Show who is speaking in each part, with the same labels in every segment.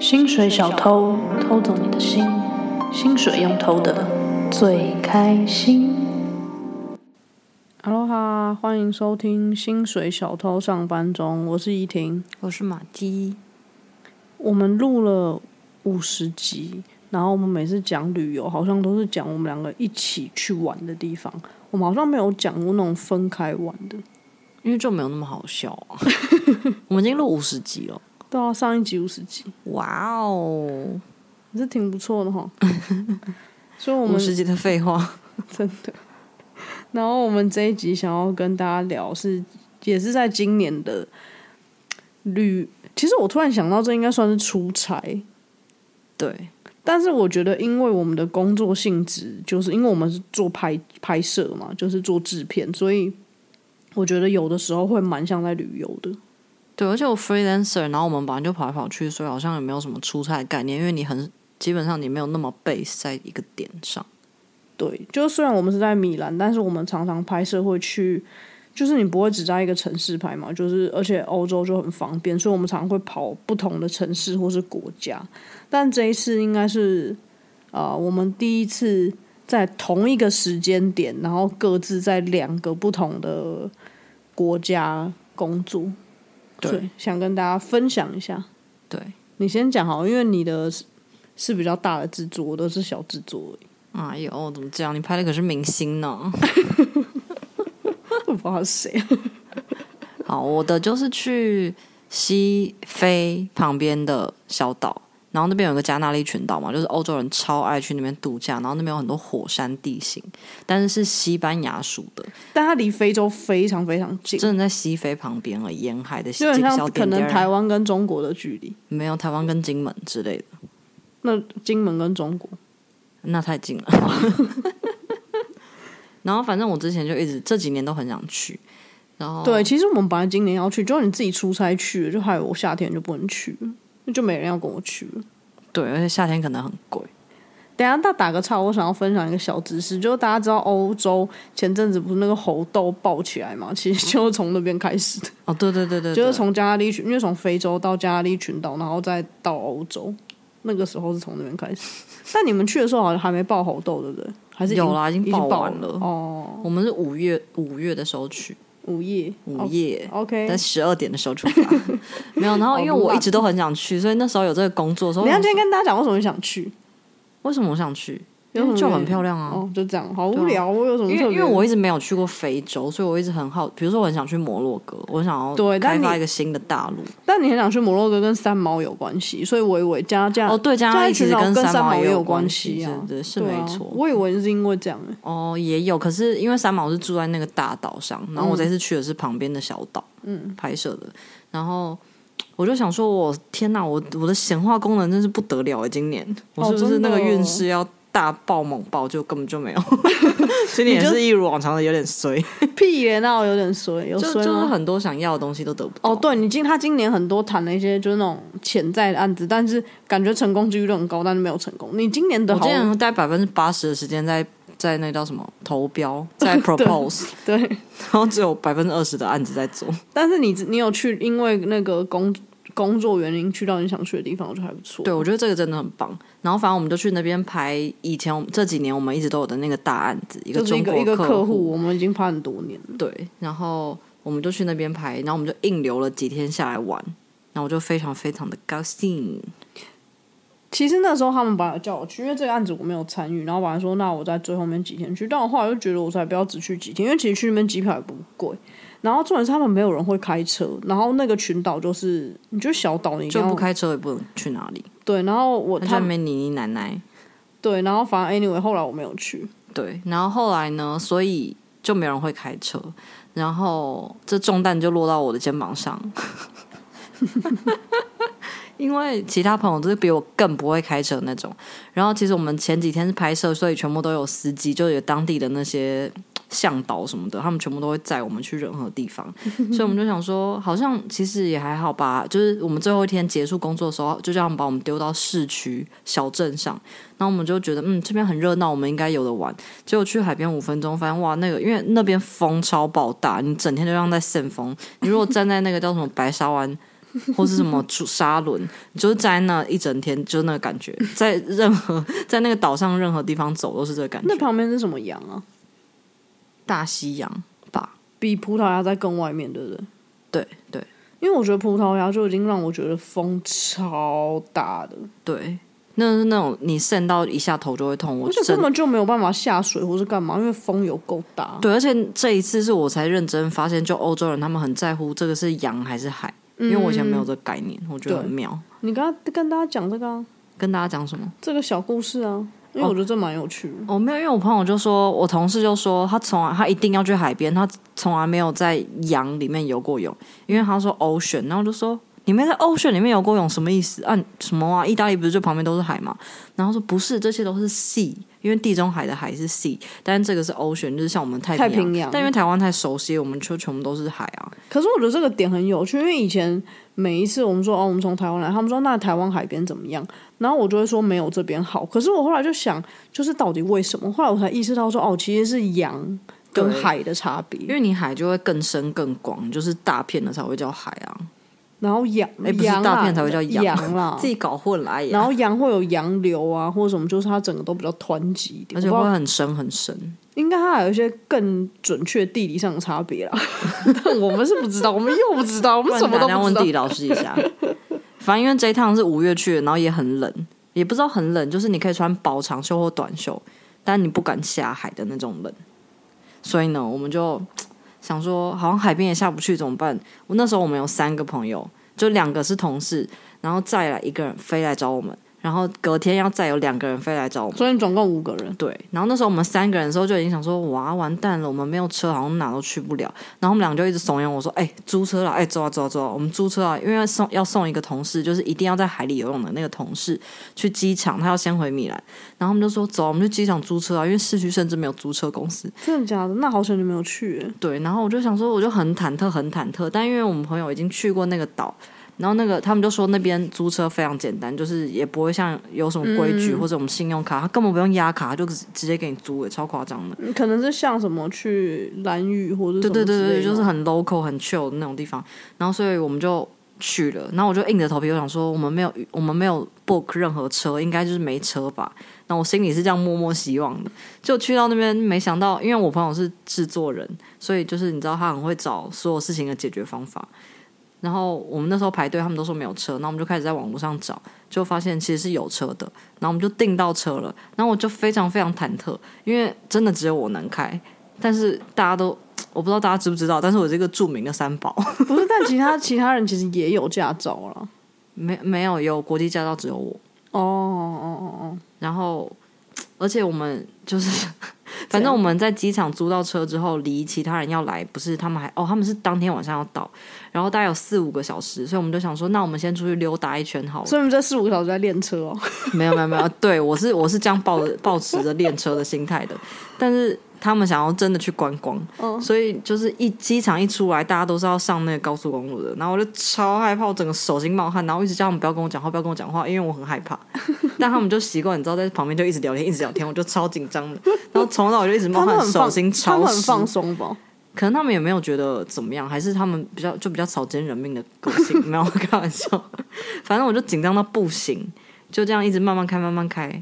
Speaker 1: 薪水小偷偷走你的心，薪水用偷的最开心。哈喽哈，欢迎收听《薪水小偷上班中》，我是依婷。
Speaker 2: 我哦是马姬，
Speaker 1: 我们录了五十集，然后我们每次讲旅游，好像都是讲我们两个一起去玩的地方，我们好像没有讲过那种分开玩的。
Speaker 2: 因为就没有那么好笑、 啊。我们已经录五十集了，
Speaker 1: 对啊，上一集五十集
Speaker 2: 哇哦，
Speaker 1: 也是挺不错的哈。所以我
Speaker 2: 五
Speaker 1: 们
Speaker 2: 十集的废话。
Speaker 1: 真的。然后我们这一集想要跟大家聊是，也是在今年的旅。其实我突然想到，这应该算是出差，
Speaker 2: 对，
Speaker 1: 但是我觉得，因为我们的工作性质，就是因为我们是做拍拍摄嘛，就是做制片，所以我觉得有的时候会蛮像在旅游的。
Speaker 2: 对，而且我 freelancer，然后我们本来就跑来跑去，所以好像也没有什么出差的概念，因为你很基本上你没有那么 base 在一个点上。
Speaker 1: 对，就是虽然我们是在米兰，但是我们常常拍摄会去，就是你不会只在一个城市拍嘛，就是而且欧洲就很方便，所以我们常常会跑不同的城市或是国家。但这一次应该是，呃，我们第一次在同一个时间点，然后各自在两个不同的国家工作。
Speaker 2: 对
Speaker 1: 所以想跟大家分享一下。
Speaker 2: 对，
Speaker 1: 你先讲好，因为你的是是比较大的制作，我都是小制作而已。
Speaker 2: 哎呦，怎么这样？你拍的可是明星呢。
Speaker 1: 我不知道是谁。啊
Speaker 2: 好，我的就是去西非旁边的小岛，然后那边有一个加那利群岛嘛，就是欧洲人超爱去那边度假，然后那边有很多火山地形，但是是西班牙属的，
Speaker 1: 但它离非洲非常非常近，
Speaker 2: 真的在西非旁边而已，沿海的
Speaker 1: 基
Speaker 2: 几
Speaker 1: 本
Speaker 2: 个
Speaker 1: 上
Speaker 2: 小
Speaker 1: 可
Speaker 2: 点
Speaker 1: 能
Speaker 2: 点
Speaker 1: 台
Speaker 2: 儿，
Speaker 1: 湾跟中国的距离，
Speaker 2: 没有台湾跟金门之类的，
Speaker 1: 那金门跟中国，
Speaker 2: 那太近了。然后反正我之前就一直这几年都很想去，然后
Speaker 1: 对，其实我们本来今年要去，就你自己出差去了，就害我夏天就不能去了，那就没人要跟我去了。
Speaker 2: 对，而且夏天可能很贵，
Speaker 1: 等一下，大打个岔，我想要分享一个小知识，就是大家知道欧洲前阵子不是那个猴痘爆起来 嘛，其实就是从那边开始的，
Speaker 2: 哦，对对对对，
Speaker 1: 就是
Speaker 2: 对
Speaker 1: 从加拉利群，因为从非洲到加拉利群岛，然后再到欧洲，那个时候是从那边开始。但你们去的时候好像还没爆猴痘，对不对？还是已经
Speaker 2: 有啦，已经
Speaker 1: 已经
Speaker 2: 报
Speaker 1: 爆
Speaker 2: 完了。
Speaker 1: 哦，
Speaker 2: 我们是五月五月的时候去，
Speaker 1: 午夜，
Speaker 2: 午夜。
Speaker 1: o k
Speaker 2: 在十二点的时候出发， 没有。然
Speaker 1: 哦
Speaker 2: 后因为我一直都很想去，所以那时候有这个工作的时候，
Speaker 1: 你要今
Speaker 2: 我
Speaker 1: 天
Speaker 2: 想
Speaker 1: 跟大家讲为什么想去？
Speaker 2: 为什么我想去？
Speaker 1: 有
Speaker 2: 因为
Speaker 1: 什么
Speaker 2: 就
Speaker 1: 原
Speaker 2: 很
Speaker 1: 因
Speaker 2: 漂亮啊。
Speaker 1: 哦，就这样，好无聊。我有什么
Speaker 2: 因
Speaker 1: 特
Speaker 2: 为
Speaker 1: 别？
Speaker 2: 因为我一直没有去过非洲，所以我一直很好。比如说，我很想去摩洛哥，我想要
Speaker 1: 对但
Speaker 2: 开发
Speaker 1: 你
Speaker 2: 一个新的大陆。
Speaker 1: 但你很想去摩洛哥跟三毛有关系，所以我以为加价
Speaker 2: 哦，对，加
Speaker 1: 加
Speaker 2: 拿大其
Speaker 1: 群
Speaker 2: 实
Speaker 1: 岛啊跟
Speaker 2: 三
Speaker 1: 毛
Speaker 2: 毛
Speaker 1: 也
Speaker 2: 有
Speaker 1: 关
Speaker 2: 系
Speaker 1: 系啊，
Speaker 2: 对，是
Speaker 1: 对
Speaker 2: 没
Speaker 1: 啊
Speaker 2: 错。
Speaker 1: 我以为是因为这样欸，
Speaker 2: 哦，也有，可是因为三毛是住在那个大岛上，然后我这次去的是旁边的小岛，嗯，拍摄的，然后。我就想说我，天哪，我我的显化功能真是不得了哎！今年我
Speaker 1: 哦
Speaker 2: 是不是
Speaker 1: 真的
Speaker 2: 那
Speaker 1: 哦
Speaker 2: 个运势要大爆猛爆，就根本就没 有。今年也是一如往常的有点衰，
Speaker 1: 屁耶，那我有点衰，有
Speaker 2: 就
Speaker 1: 衰
Speaker 2: 就是
Speaker 1: 吗？
Speaker 2: 很多想要的东西都得不到。
Speaker 1: 哦，对你今他今年很多谈了一些就是那种潜在的案子，但是感觉成功几率都很高，但是没有成功。你今年的
Speaker 2: 我
Speaker 1: 好
Speaker 2: 竟，然待百分之八十的时间在在那叫什么投标， 在 propose，
Speaker 1: 对，
Speaker 2: 然后只有百分之二十的案子在做。
Speaker 1: 但是你你有去因为那个工工作原因去到你想去的地方，我觉得还不错。
Speaker 2: 对，我觉得这个真的很棒。然后反正我们就去那边拍，以前我们这几年我们一直都有的那个大案子，一个
Speaker 1: 就是
Speaker 2: 中
Speaker 1: 一
Speaker 2: 国
Speaker 1: 个一个客
Speaker 2: 户，
Speaker 1: 户，我们已经拍很多年了。
Speaker 2: 对，然后我们就去那边拍，然后我们就硬留了几天下来玩，然后我就非常非常的高兴。
Speaker 1: 其实那时候他们本来叫我去，因为这个案子我没有参与，然后本来说那我在最后面几天去，但我后来就觉得我才不要只去几天，因为其实去那边机票也不贵。然后重点是他们没有人会开车，然后那个群岛就是你就小岛，你一定
Speaker 2: 就
Speaker 1: 要
Speaker 2: 不开车也不能去哪里，
Speaker 1: 对，然后我
Speaker 2: 他在
Speaker 1: 他
Speaker 2: 那
Speaker 1: 们
Speaker 2: 边你奶奶。
Speaker 1: 对，然后反正 anyway 后来我没有去，
Speaker 2: 对，然后后来呢，所以就没有人会开车，然后这重担就落到我的肩膀上， 因为其他朋友都是比我更不会开车的那种。然后其实我们前几天是拍摄，所以全部都有司机，就有当地的那些向导什么的，他们全部都会载我们去任何地方。 所以我们就想说，好像其实也还好吧。就是我们最后一天结束工作的时候，就叫他们把我们丢到市区小镇上，然后我们就觉得，嗯，这边很热闹，我们应该有的玩。结果去海边五分钟，发现哇，那个因为那边风超爆大，你整天就像在扇风。你如果站在那个叫什么白沙湾或是什么主沙轮，你就是在那一整天，就是那个感觉，在任何在那个岛上任何地方走都是这个感觉
Speaker 1: 那。旁边是什么洋啊？
Speaker 2: 大西洋吧，
Speaker 1: 比葡萄牙在更外面，对不对？
Speaker 2: 对对
Speaker 1: 因为我觉得葡萄牙就已经让我觉得风超大的，
Speaker 2: 对，那是那种你渗到一下头就会痛，我
Speaker 1: 而且
Speaker 2: 真
Speaker 1: 根本就没有办法下水或是干嘛，因为风有够大。
Speaker 2: 对，而且这一次是我才认真发现，就欧洲人他们很在乎这个是洋还是海，因为我以前没有这个概念，我觉得很妙。
Speaker 1: 你刚刚跟大家讲这个、啊、
Speaker 2: 跟大家讲什么？
Speaker 1: 这个小故事啊，因为
Speaker 2: 哦
Speaker 1: 我觉得这蛮有趣的。
Speaker 2: 我、哦没有，因为我朋友就说，我同事就说他从来他一定要去海边，他从来没有在洋里面游过泳，因为他说 ocean，然后我就说你们在 ocean 里面游过泳什么意思啊？什么啊？意大利不是就旁边都是海吗？然后说不是，这些都是 sea，因为地中海的海是 sea，但是这个是 ocean，就是像我们太
Speaker 1: 太平洋
Speaker 2: 但因为台湾太熟悉，我们就全部都是海啊。
Speaker 1: 可是我觉得这个点很有趣，因为以前每一次我们说哦，我们从台湾来，他们说那台湾海边怎么样？然后我就会说没有这边好。可是我后来就想，就是到底为什么？后来我才意识到说哦，其实是洋跟
Speaker 2: 对
Speaker 1: 海的差
Speaker 2: 因
Speaker 1: 别。
Speaker 2: 为你海就会更深更广，就是大片的才会叫海啊，
Speaker 1: 然后洋，
Speaker 2: 哎，不是
Speaker 1: 洋
Speaker 2: 大
Speaker 1: 啦
Speaker 2: 片才会叫洋，
Speaker 1: 洋啦
Speaker 2: 自。己搞混了、哎呀
Speaker 1: 啊然后洋会有洋流啊，或者什么，就是它整个都比较湍急一点。
Speaker 2: 而
Speaker 1: 我
Speaker 2: 且
Speaker 1: 不知道
Speaker 2: 会很深很深。
Speaker 1: 应该它还有一些更准确地理上的差别啦， 但我们是不知道，我们又不知道，我们什么都
Speaker 2: 不然打电话
Speaker 1: 不知
Speaker 2: 问
Speaker 1: 道
Speaker 2: 地。理老师 一下。反正因为这一趟是五月去的，然后也很冷，也不知道很冷，就是你可以穿薄长袖或短袖，但你不敢下海的那种冷。所以呢，我们就想说，好像海边也下不去怎么办？我那时候我们有三个朋友，就两个是同事，然后再来一个人飞来找我们，然后隔天要再有两个人飞来找我们。
Speaker 1: 所以总共五个人，
Speaker 2: 对，然后那时候我们三个人的时候就已经想说，哇，完蛋了，我们没有车，好像哪都去不了。然后我们俩就一直怂恿我说，哎、租车啦，哎、走啊走啊走啊，我们租车啊，因为要送要送一个同事，就是一定要在海里游泳的那个同事去机场，他要先回米兰。然后我们就说，走啊，我们去机场租车啊，因为市区甚至没有租车公司。
Speaker 1: 真的假的？那好险你没有去、欸
Speaker 2: 对，然后我就想说，我就很忐忑，很忐忑。但因为我们朋友已经去过那个岛，然后那个他们就说那边租车非常简单，就是也不会像有什么规矩、或者我们信用卡，他根本不用压卡，他就直直接给你租，也超夸张的。
Speaker 1: 嗯可能是像什么去蓝屿或者
Speaker 2: 对对对对，就是
Speaker 1: 很
Speaker 2: 很 local 很 chill 的那种地方。然后所以我们就去了，然后我就硬着头皮，我想说我们没有我们没有 book 任何车，应该就是没车吧。那我心里是这样默默希望的。就去到那边，没想到，因为我朋友是制作人，所以就是你知道他很会找所有事情的解决方法。然后我们那时候排队，他们都说没有车，那我们就开始在网络上找，就发现其实是有车的，然后我们就订到车了。然后我就非常非常忐忑，因为真的只有我能开，但是大家都我不知道大家知不知道，但是我这个著名的三宝
Speaker 1: 不是，但其他 其他人其实也有驾照啦。
Speaker 2: 没没有有国际驾照只有我，
Speaker 1: 哦哦哦
Speaker 2: 然后而且我们就是 反正我们在机场租到车之后，离其他人要来不是他们还哦他们是当天晚上要到，然后大概有四五个小时，所以我们就想说，那我们先出去溜达一圈好
Speaker 1: 哦，
Speaker 2: 了。
Speaker 1: 所以你们这四五个小时在练车哦，
Speaker 2: 没有没有没有，对我是我是这样抱着抱持着练车的心态的，但是他们想要真的去观光，
Speaker 1: 嗯
Speaker 2: 所以就是一机场一出来，大家都是要上那个高速公路的，然后我就超害怕，我整个手心冒汗，然后一直叫他们不要跟我讲话，不要跟我讲话，因为我很害 怕。但他们就习惯，你知道，在旁边就一直聊天，一直聊天，我就超紧张的，然后从头到尾就一直
Speaker 1: 他
Speaker 2: 冒
Speaker 1: 们
Speaker 2: 汗，
Speaker 1: 很放
Speaker 2: 手心，
Speaker 1: 他
Speaker 2: 超
Speaker 1: 们很
Speaker 2: 湿。
Speaker 1: 放松吧？
Speaker 2: 可能他们也没有觉得怎么样，还是他们比较就比较草菅人命的个性， 没有开玩笑。反正我就紧张到不行，就这样一直慢慢开，慢慢开，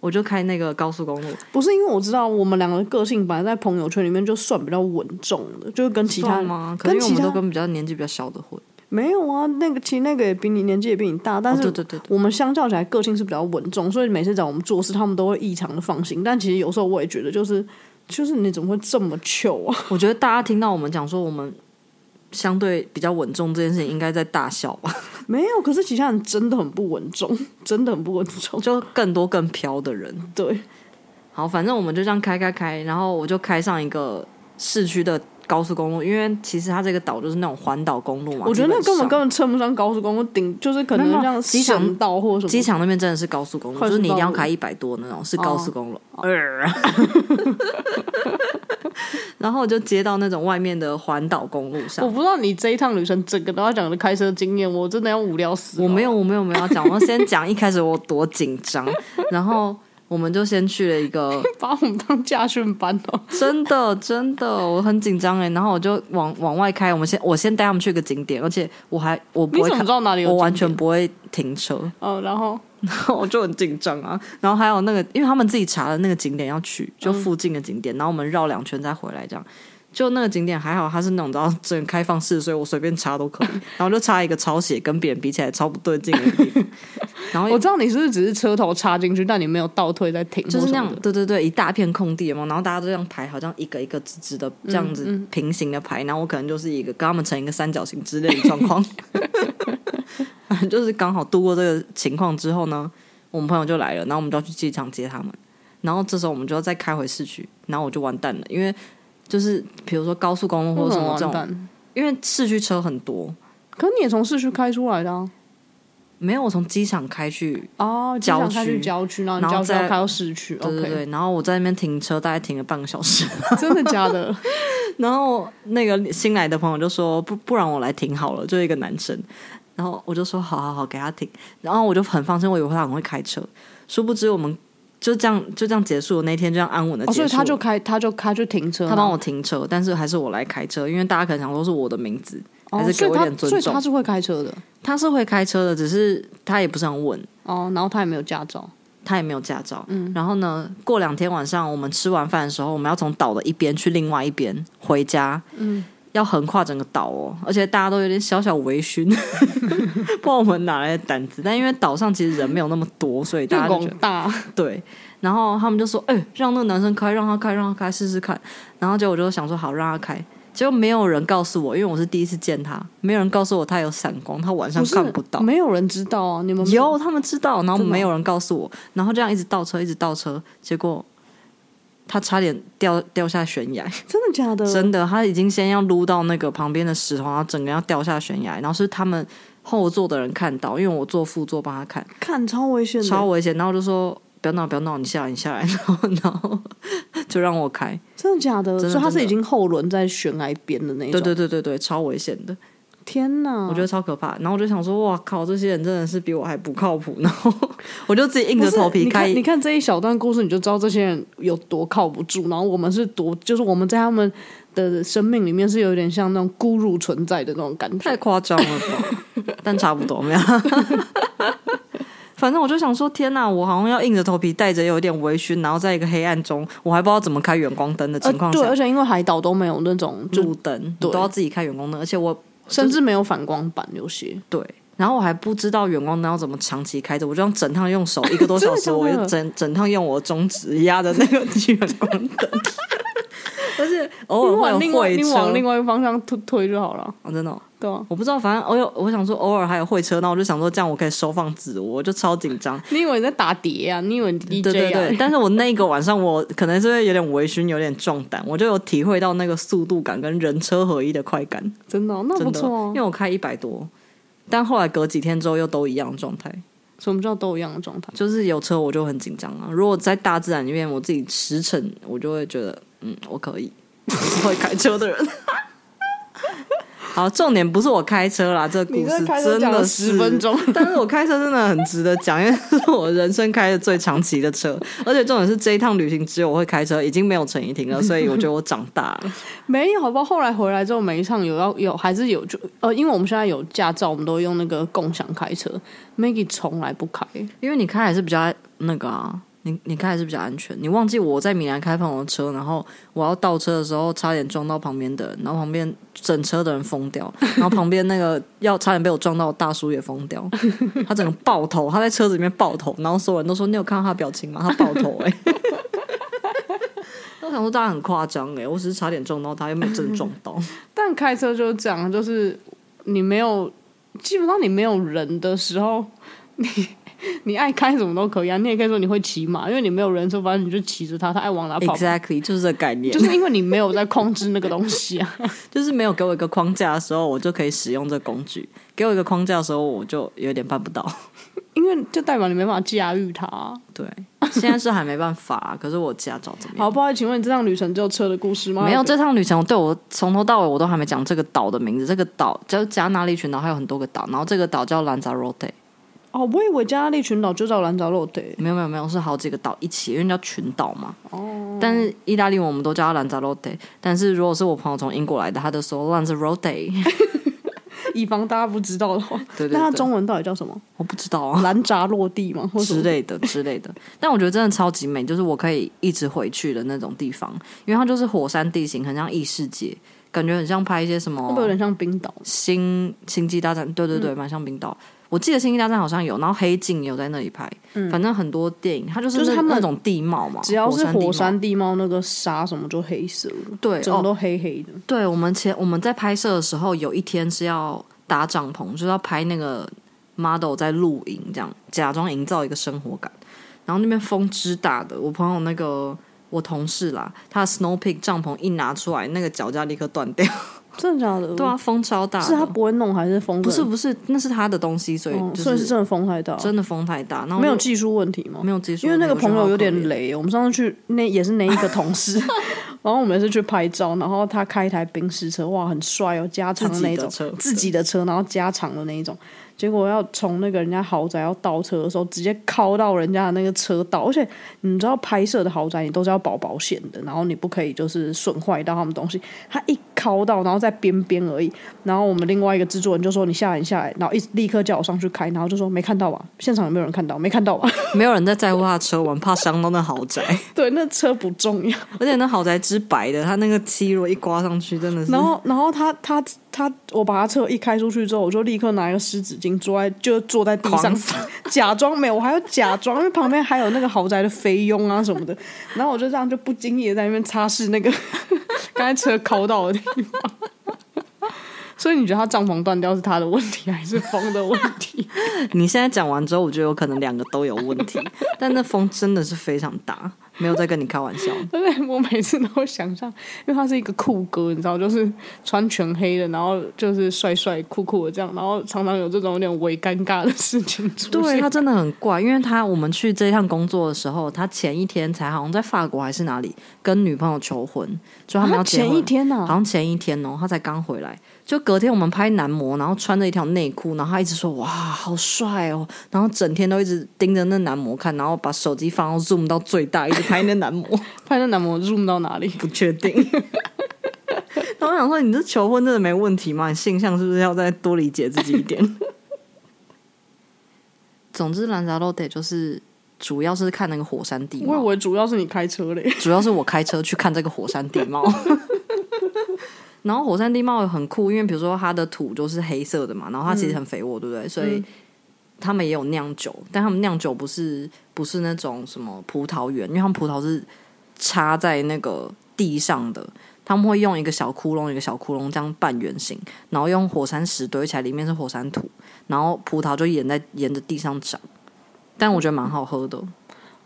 Speaker 2: 我就开那个高速公路。
Speaker 1: 不是因为我知道我们两个的个性本来在朋友圈里面就算比较稳重的，就是跟其他
Speaker 2: 算
Speaker 1: 人
Speaker 2: 吗？可
Speaker 1: 跟
Speaker 2: 能因为我
Speaker 1: 其
Speaker 2: 们
Speaker 1: 他
Speaker 2: 都跟比较年纪比较小的哦混。
Speaker 1: 没有啊，那个其实那个也比你年纪也比你大，但
Speaker 2: 哦，对
Speaker 1: 是
Speaker 2: 对对对，
Speaker 1: 我们相较起来个性是比较稳重，所以每次找我们做事，他们都会异常的放心。但其实有时候我也觉得，就是就是你怎么会这么糗啊？
Speaker 2: 我觉得大家听到我们讲说我们相对比较稳重这件事情，应该在大笑吧，
Speaker 1: 没有，可是其他人真的很不稳重，真的很不稳重。
Speaker 2: 就更多更飘的人。
Speaker 1: 对，
Speaker 2: 好，反正我们就这样开开开，然后我就开上一个市区的高速公路，因为其实它这个岛就是那种环岛公路嘛。
Speaker 1: 我觉得那
Speaker 2: 基
Speaker 1: 根
Speaker 2: 上
Speaker 1: 本根本称不上高速公路，顶就是可能
Speaker 2: 没有
Speaker 1: 像
Speaker 2: 机场
Speaker 1: 省道或什么。
Speaker 2: 机场那边真的是高速公路，
Speaker 1: 快速
Speaker 2: 就是你一定要
Speaker 1: 道路哦
Speaker 2: 开一百多那种，是高速公路。 然后我就接到那种外面的环岛公路上
Speaker 1: 我，不知道你这一趟旅程整个都要讲的开车经验，我真的要无聊死了。
Speaker 2: 我没有，我没有，没有要讲。我先讲一开始我多紧张，然后我们就先去了一个
Speaker 1: 把我们当驾训班哦。
Speaker 2: 真的，真的，我很紧张哎。然后我就往往外开，我们先我先带他们去一个景点，而且我还我不
Speaker 1: 你
Speaker 2: 会
Speaker 1: 怎么
Speaker 2: 看
Speaker 1: 知，道哪里有景
Speaker 2: 我
Speaker 1: 点？
Speaker 2: 完全不会停车，
Speaker 1: 哦，然后
Speaker 2: 我就很紧张啊。然后还有那个，因为他们自己查了那个景点要去，就附近的景点，然后我们绕两圈再回来这样。就那个景点还好，它是那种你知道整个开放式，所以我随便查都可以。然后就查一个抄写，跟别人比起来超不对劲的地 方。然后
Speaker 1: 我知道你是不是只是车头插进去，但你没有倒退再停，
Speaker 2: 就是那
Speaker 1: 或什么
Speaker 2: 样，
Speaker 1: 的。
Speaker 2: 对对对，一大片空地嘛，然后大家都这样排，好像一个一个直直的这样
Speaker 1: 嗯
Speaker 2: 子平行的排，然后我可能就是一个跟他们成一个三角形之类的状 况， 反正就是刚好度过这个情况之后呢，我们朋友就来了，然后我们就要去机场接他们，然后这时候我们就要再开回市区，然后我就完蛋了，因为就是比如说高速公路或
Speaker 1: 为
Speaker 2: 者
Speaker 1: 什
Speaker 2: 什
Speaker 1: 么
Speaker 2: 么
Speaker 1: 完
Speaker 2: 这种，
Speaker 1: 蛋？
Speaker 2: 因为市区车很多，
Speaker 1: 可你也从市区开出来的啊，
Speaker 2: 没有我从机场开去
Speaker 1: 哦，机场开去郊区，然后你
Speaker 2: 然后
Speaker 1: 郊区要
Speaker 2: 再
Speaker 1: 开到市区
Speaker 2: 对对
Speaker 1: ，OK，
Speaker 2: 对，然后我在那边停车，大概停了半个小时。
Speaker 1: 真的假 的？
Speaker 2: 然后那个新来的朋友就说：“不，不然我来停好了。”就一个男生，然后我就说：“好好好，给他停。”然后我就很放心，我以为他很会开车，殊不知我们就这样就这样结束了那天，就这样安稳的
Speaker 1: 哦，
Speaker 2: 结
Speaker 1: 所
Speaker 2: 束了、
Speaker 1: 以他就开，他就他就停车，
Speaker 2: 他帮我停车，但是还是我来开车，因为大家可能想说是我的名字，
Speaker 1: 哦，
Speaker 2: 还是
Speaker 1: 所以
Speaker 2: 给我一
Speaker 1: 他
Speaker 2: 点尊
Speaker 1: 所以
Speaker 2: 重
Speaker 1: 他是会开车的
Speaker 2: 他是会开车的，只是他也不是很稳。
Speaker 1: 哦，然后他也没有驾照，
Speaker 2: 他也没有驾照。
Speaker 1: 嗯
Speaker 2: 然后呢，过两天晚上我们吃完饭的时候，我们要从岛的一边去另外一边回家，嗯，要横跨整个岛哦，而且大家都有点小小 微醺，不知道我们哪来的胆子。但因为岛上其实人没有那么多，所以
Speaker 1: 地
Speaker 2: 大家就觉
Speaker 1: 广
Speaker 2: 得
Speaker 1: 大，
Speaker 2: 对。然后他们就说：“哎、让那个男生开，让他开，让他开，试试看。”然后结果我就想说：“好，让他开。”结果没有人告诉我，因为我是第一次见他，没有人告诉我他有闪光，他晚上
Speaker 1: 不是
Speaker 2: 看不到。
Speaker 1: 没有人知道啊，你们
Speaker 2: 有他们知道，然后
Speaker 1: 真的哦
Speaker 2: 没有人告诉我，然后这样一直倒车，一直倒车，结果他差点掉掉下悬崖，
Speaker 1: 真的假的？
Speaker 2: 真的，他已经先要撸到那个旁边的石头，然后整个要掉下悬崖，然后是他们后座的人看到，因为我坐副座帮他看，
Speaker 1: 看超危险的，
Speaker 2: 超危险，然后就说。不要闹，不要闹，你下来，你下来， 然后，然后就让我开。
Speaker 1: 真的假的？
Speaker 2: 真的
Speaker 1: 所以他
Speaker 2: 真
Speaker 1: 是
Speaker 2: 的
Speaker 1: 已经后轮在悬崖边的那种，
Speaker 2: 对对对对对，超危险的，
Speaker 1: 嗯天哪！
Speaker 2: 我觉得超可怕。然后我就想说，哇靠，这些人真的是比我还不靠谱。然后 我就自己硬
Speaker 1: 不
Speaker 2: 着
Speaker 1: 是
Speaker 2: 头皮
Speaker 1: 你
Speaker 2: 开
Speaker 1: 看，你看这一小段故事，你就知道这些人有多靠不住。然后我们是多，就是我们在他们的生命里面是有点像那种孤入存在的那种感
Speaker 2: 太
Speaker 1: 觉。
Speaker 2: 夸张 了吧？但差不多没有。反正我就想说，天哪！我好像要硬着头皮，带着有点微醺，然后在一个黑暗中，我还不知道怎么开远光灯的情况
Speaker 1: 呃对，
Speaker 2: 下嗯
Speaker 1: 而，且因为海岛都没有那种，就
Speaker 2: 路灯我都要自己开远光灯，而且我
Speaker 1: 甚至没有反光板，有些
Speaker 2: 对，然后我还不知道远光灯要怎么长期开着，我就让整趟用手一个多小
Speaker 1: 真的
Speaker 2: 时，
Speaker 1: 假的
Speaker 2: 我就整整趟用我的中指压着那个远 光灯，而且偶
Speaker 1: 你
Speaker 2: 尔
Speaker 1: 往
Speaker 2: 会
Speaker 1: 另
Speaker 2: 有
Speaker 1: 外
Speaker 2: 会
Speaker 1: 你
Speaker 2: 车，
Speaker 1: 往另外一个方向推推就好了，
Speaker 2: 哦真的哦、
Speaker 1: 对啊。
Speaker 2: 我不知道，反正我有我想说偶尔还有会车，那我就想说这样我可以收放自如，我就超紧张。
Speaker 1: 你以为你在打碟啊？你以为你 DJ 啊？
Speaker 2: 对对对，但是我那一个晚上，我可能是会有点微醺，有点壮胆，我就有体会到那个速度感跟人车合一的快感，
Speaker 1: 真的哦、那
Speaker 2: 真
Speaker 1: 不
Speaker 2: 的，
Speaker 1: 错
Speaker 2: 因
Speaker 1: 啊。
Speaker 2: 为我开一百多，但后来隔几天之后又都一样的状态，
Speaker 1: 什么叫都一样的状态？
Speaker 2: 就是有车我就很紧张啊。如果在大自然里面我自己驰骋，我就会觉得嗯，我可以， 我是会开车的人。 好，重点不是我开车啦，这个故事真的
Speaker 1: 十
Speaker 2: 是
Speaker 1: 分钟，
Speaker 2: 但是我开车真的很值得讲，因为是我人生开的最长期的车，而且重点是这一趟旅行只有我会开车，已经没有陈怡婷了，所以我觉得我长大了。
Speaker 1: 没有，好不好？后来回来之后，每一趟有要有还是有就呃，因为我们现在有驾照，我们都会用那个共享开车。Maggie 从来不开，
Speaker 2: 因为你开还是比较那个啊，你你开还是比较安全。你忘记我在米兰开朋友的车，然后我要倒车的时候差点撞到旁边的人，然后旁边整车的人疯掉，然后旁边那个要差点被我撞到的大叔也疯掉，他整个爆头，他在车子里面爆头，然后所有人都说你有看到他的表情吗？他爆头哎、欸。 我想说，大家很夸张哎，我只是差点撞到他，又没有真的撞到。
Speaker 1: 但开车就是这样，就是你没有，基本上你没有人的时候，你你爱开什么都可以啊。你也可以说你会骑马，因为你没有人的时候，反正你就骑着它，它爱往哪跑。
Speaker 2: Exactly，就是这个概念，
Speaker 1: 就
Speaker 2: 就是
Speaker 1: 是因为你没有在控制那个东西啊，
Speaker 2: 没有给我一个框架的时候，我就可以使用这个工具；给我一个框架的时候，我就有点办不到。
Speaker 1: 因为就代表你没办法驾驭它、啊。
Speaker 2: 对，现在是还没办法、可是我驾照怎么样？
Speaker 1: 好，不好意思，请问你这趟旅程只有车的故事吗？
Speaker 2: 没有这趟旅程，对我从头到尾我都还没讲这个岛的名字。这个岛叫加那利群岛，还有很多个岛，然后这个岛叫兰扎罗特。
Speaker 1: 哦，我以为加拉利群岛就在蓝藻肉对，
Speaker 2: 没有没有没有，是好几个岛一起，因为叫群岛嘛。哦。但是意大利文我们都叫它兰扎罗德，但是如果是我朋友从英国来的，他就说兰扎罗德。
Speaker 1: 以防大家不知道的话。
Speaker 2: 对对对。
Speaker 1: 那它中文到底叫什么？
Speaker 2: 我不知道啊。
Speaker 1: 蓝闸落地吗？或者什
Speaker 2: 之
Speaker 1: 么
Speaker 2: 类的之类的。但我觉得真的超级美，就是我可以一直回去的那种地方，因为它就是火山地形，很像异世界，感觉很像拍一些什
Speaker 1: 会不会有嗯
Speaker 2: 么
Speaker 1: 点像冰岛？
Speaker 2: 星星际大战，对对对，蛮、像冰岛。我记得《星际大战》好像有，然后《黑镜》有在那里拍，反正很多电影，它就
Speaker 1: 嗯
Speaker 2: 是
Speaker 1: 就是
Speaker 2: 那
Speaker 1: 他们
Speaker 2: 那种地貌嘛，
Speaker 1: 只要是
Speaker 2: 哦地貌
Speaker 1: 火山地貌，那个沙什么就黑色了，
Speaker 2: 对
Speaker 1: 整个
Speaker 2: 哦，
Speaker 1: 都黑黑的。
Speaker 2: 对我们前我们在拍摄的时候，有一天是要搭帐篷，就是要拍那个 model 在露营，这样假装营造一个生活感。然后那边风之大的，我朋友那个我同事啦，他的 Snow Peak 帐篷一拿出来，那个脚架立刻断掉。
Speaker 1: 真的假的？
Speaker 2: 对啊，风超大的，
Speaker 1: 是他不会弄还是风
Speaker 2: 不
Speaker 1: 更
Speaker 2: 是不是，那是他的东西，所以
Speaker 1: 哦
Speaker 2: 就
Speaker 1: 所以
Speaker 2: 是
Speaker 1: 是真的风太大，
Speaker 2: 真的风太大，然后
Speaker 1: 没有
Speaker 2: 就
Speaker 1: 技术问题吗？
Speaker 2: 没有技术
Speaker 1: 因为那
Speaker 2: 问题，
Speaker 1: 个
Speaker 2: 我觉
Speaker 1: 朋
Speaker 2: 得
Speaker 1: 友
Speaker 2: 好
Speaker 1: 有
Speaker 2: 可怜
Speaker 1: 点雷，我们上次去那也是那一个同 事，然后我们也是去拍照，然后他开一台宾士车，哇，很帅哦，加长的那种
Speaker 2: 自己的车
Speaker 1: 自己的车，然后加长的那一种，结果要从那个人家豪宅要倒车的时候，直接靠到人家的那个车道，而且你知道拍摄的豪宅你都是要保保险的，然后你不可以就是损坏到他们东西，他一靠到，然后在边边而已，然后我们另外一个制作人就说你下来你下来，然后一立刻叫我上去开，然后就说没看到吧，现场有没有人看到？没看到吧？
Speaker 2: 没有人在在乎他的车，我们怕伤到那豪宅，
Speaker 1: 对，那车不重要。
Speaker 2: 而且那豪宅之白的，他那个漆如果一刮上去，真的是
Speaker 1: 然后，然后他他他，我把他车一开出去之后，我就立刻拿一个湿纸巾坐在就坐在地上
Speaker 2: 狂撒，
Speaker 1: 假装没有，我还要假装，因为旁边还有那个豪宅的菲佣啊什么的。然后我就这样就不经意的在那边擦拭那个 刚才车抠到的地方。 所以你觉得他帐篷断掉是他的问题还是风的问题？
Speaker 2: 你现在讲完之后，我觉得有可能两个都有问 题，但那风真的是非常大，没有在跟你开玩 笑。
Speaker 1: 但是我每次都会想象，因为他是一个酷哥，你知道，就是穿全黑的，然后就是帅帅酷酷的这样，然后常常有这种有点微尴尬的事情出现。
Speaker 2: 对他真的很怪，因为他我们去这一趟工作的时候，他前一天才好像在法国还是哪里跟女朋友求婚，就他们要
Speaker 1: 啊
Speaker 2: 结婚
Speaker 1: 前一天
Speaker 2: 好
Speaker 1: 啊，
Speaker 2: 像前一天哦，他才刚回来，就隔天我们拍男模，然后穿着一条内裤，然后他一直说哇好帅哦，然后整天都一直盯着那男模看，然后把手机放到 zoom 到最大，一直拍那男模，
Speaker 1: 拍那男模 zoom 到哪里？
Speaker 2: 不确定。 然后我想说，你这求婚真的没问题吗？你性向是不是要再多理解自己一点？ 总之，兰扎洛得就是主要是看那个火山地
Speaker 1: 我以
Speaker 2: 貌，
Speaker 1: 为主要是你开车嘞。
Speaker 2: 主要是我开车去看这个火山地貌。 然后火山地貌很酷，因为比如说它的土就是黑色的嘛，然后它其实很肥沃，对不对？所以他们也有酿酒，但他们酿酒不是不是那种什么葡萄园，因为他们葡萄是插在那个地上的，他们会用一个小窟窿一个小窟窿这样半圆形，然后用火山石堆起来，里面是火山土，然后葡萄就沿在沿着地上长，但我觉得蛮好喝的。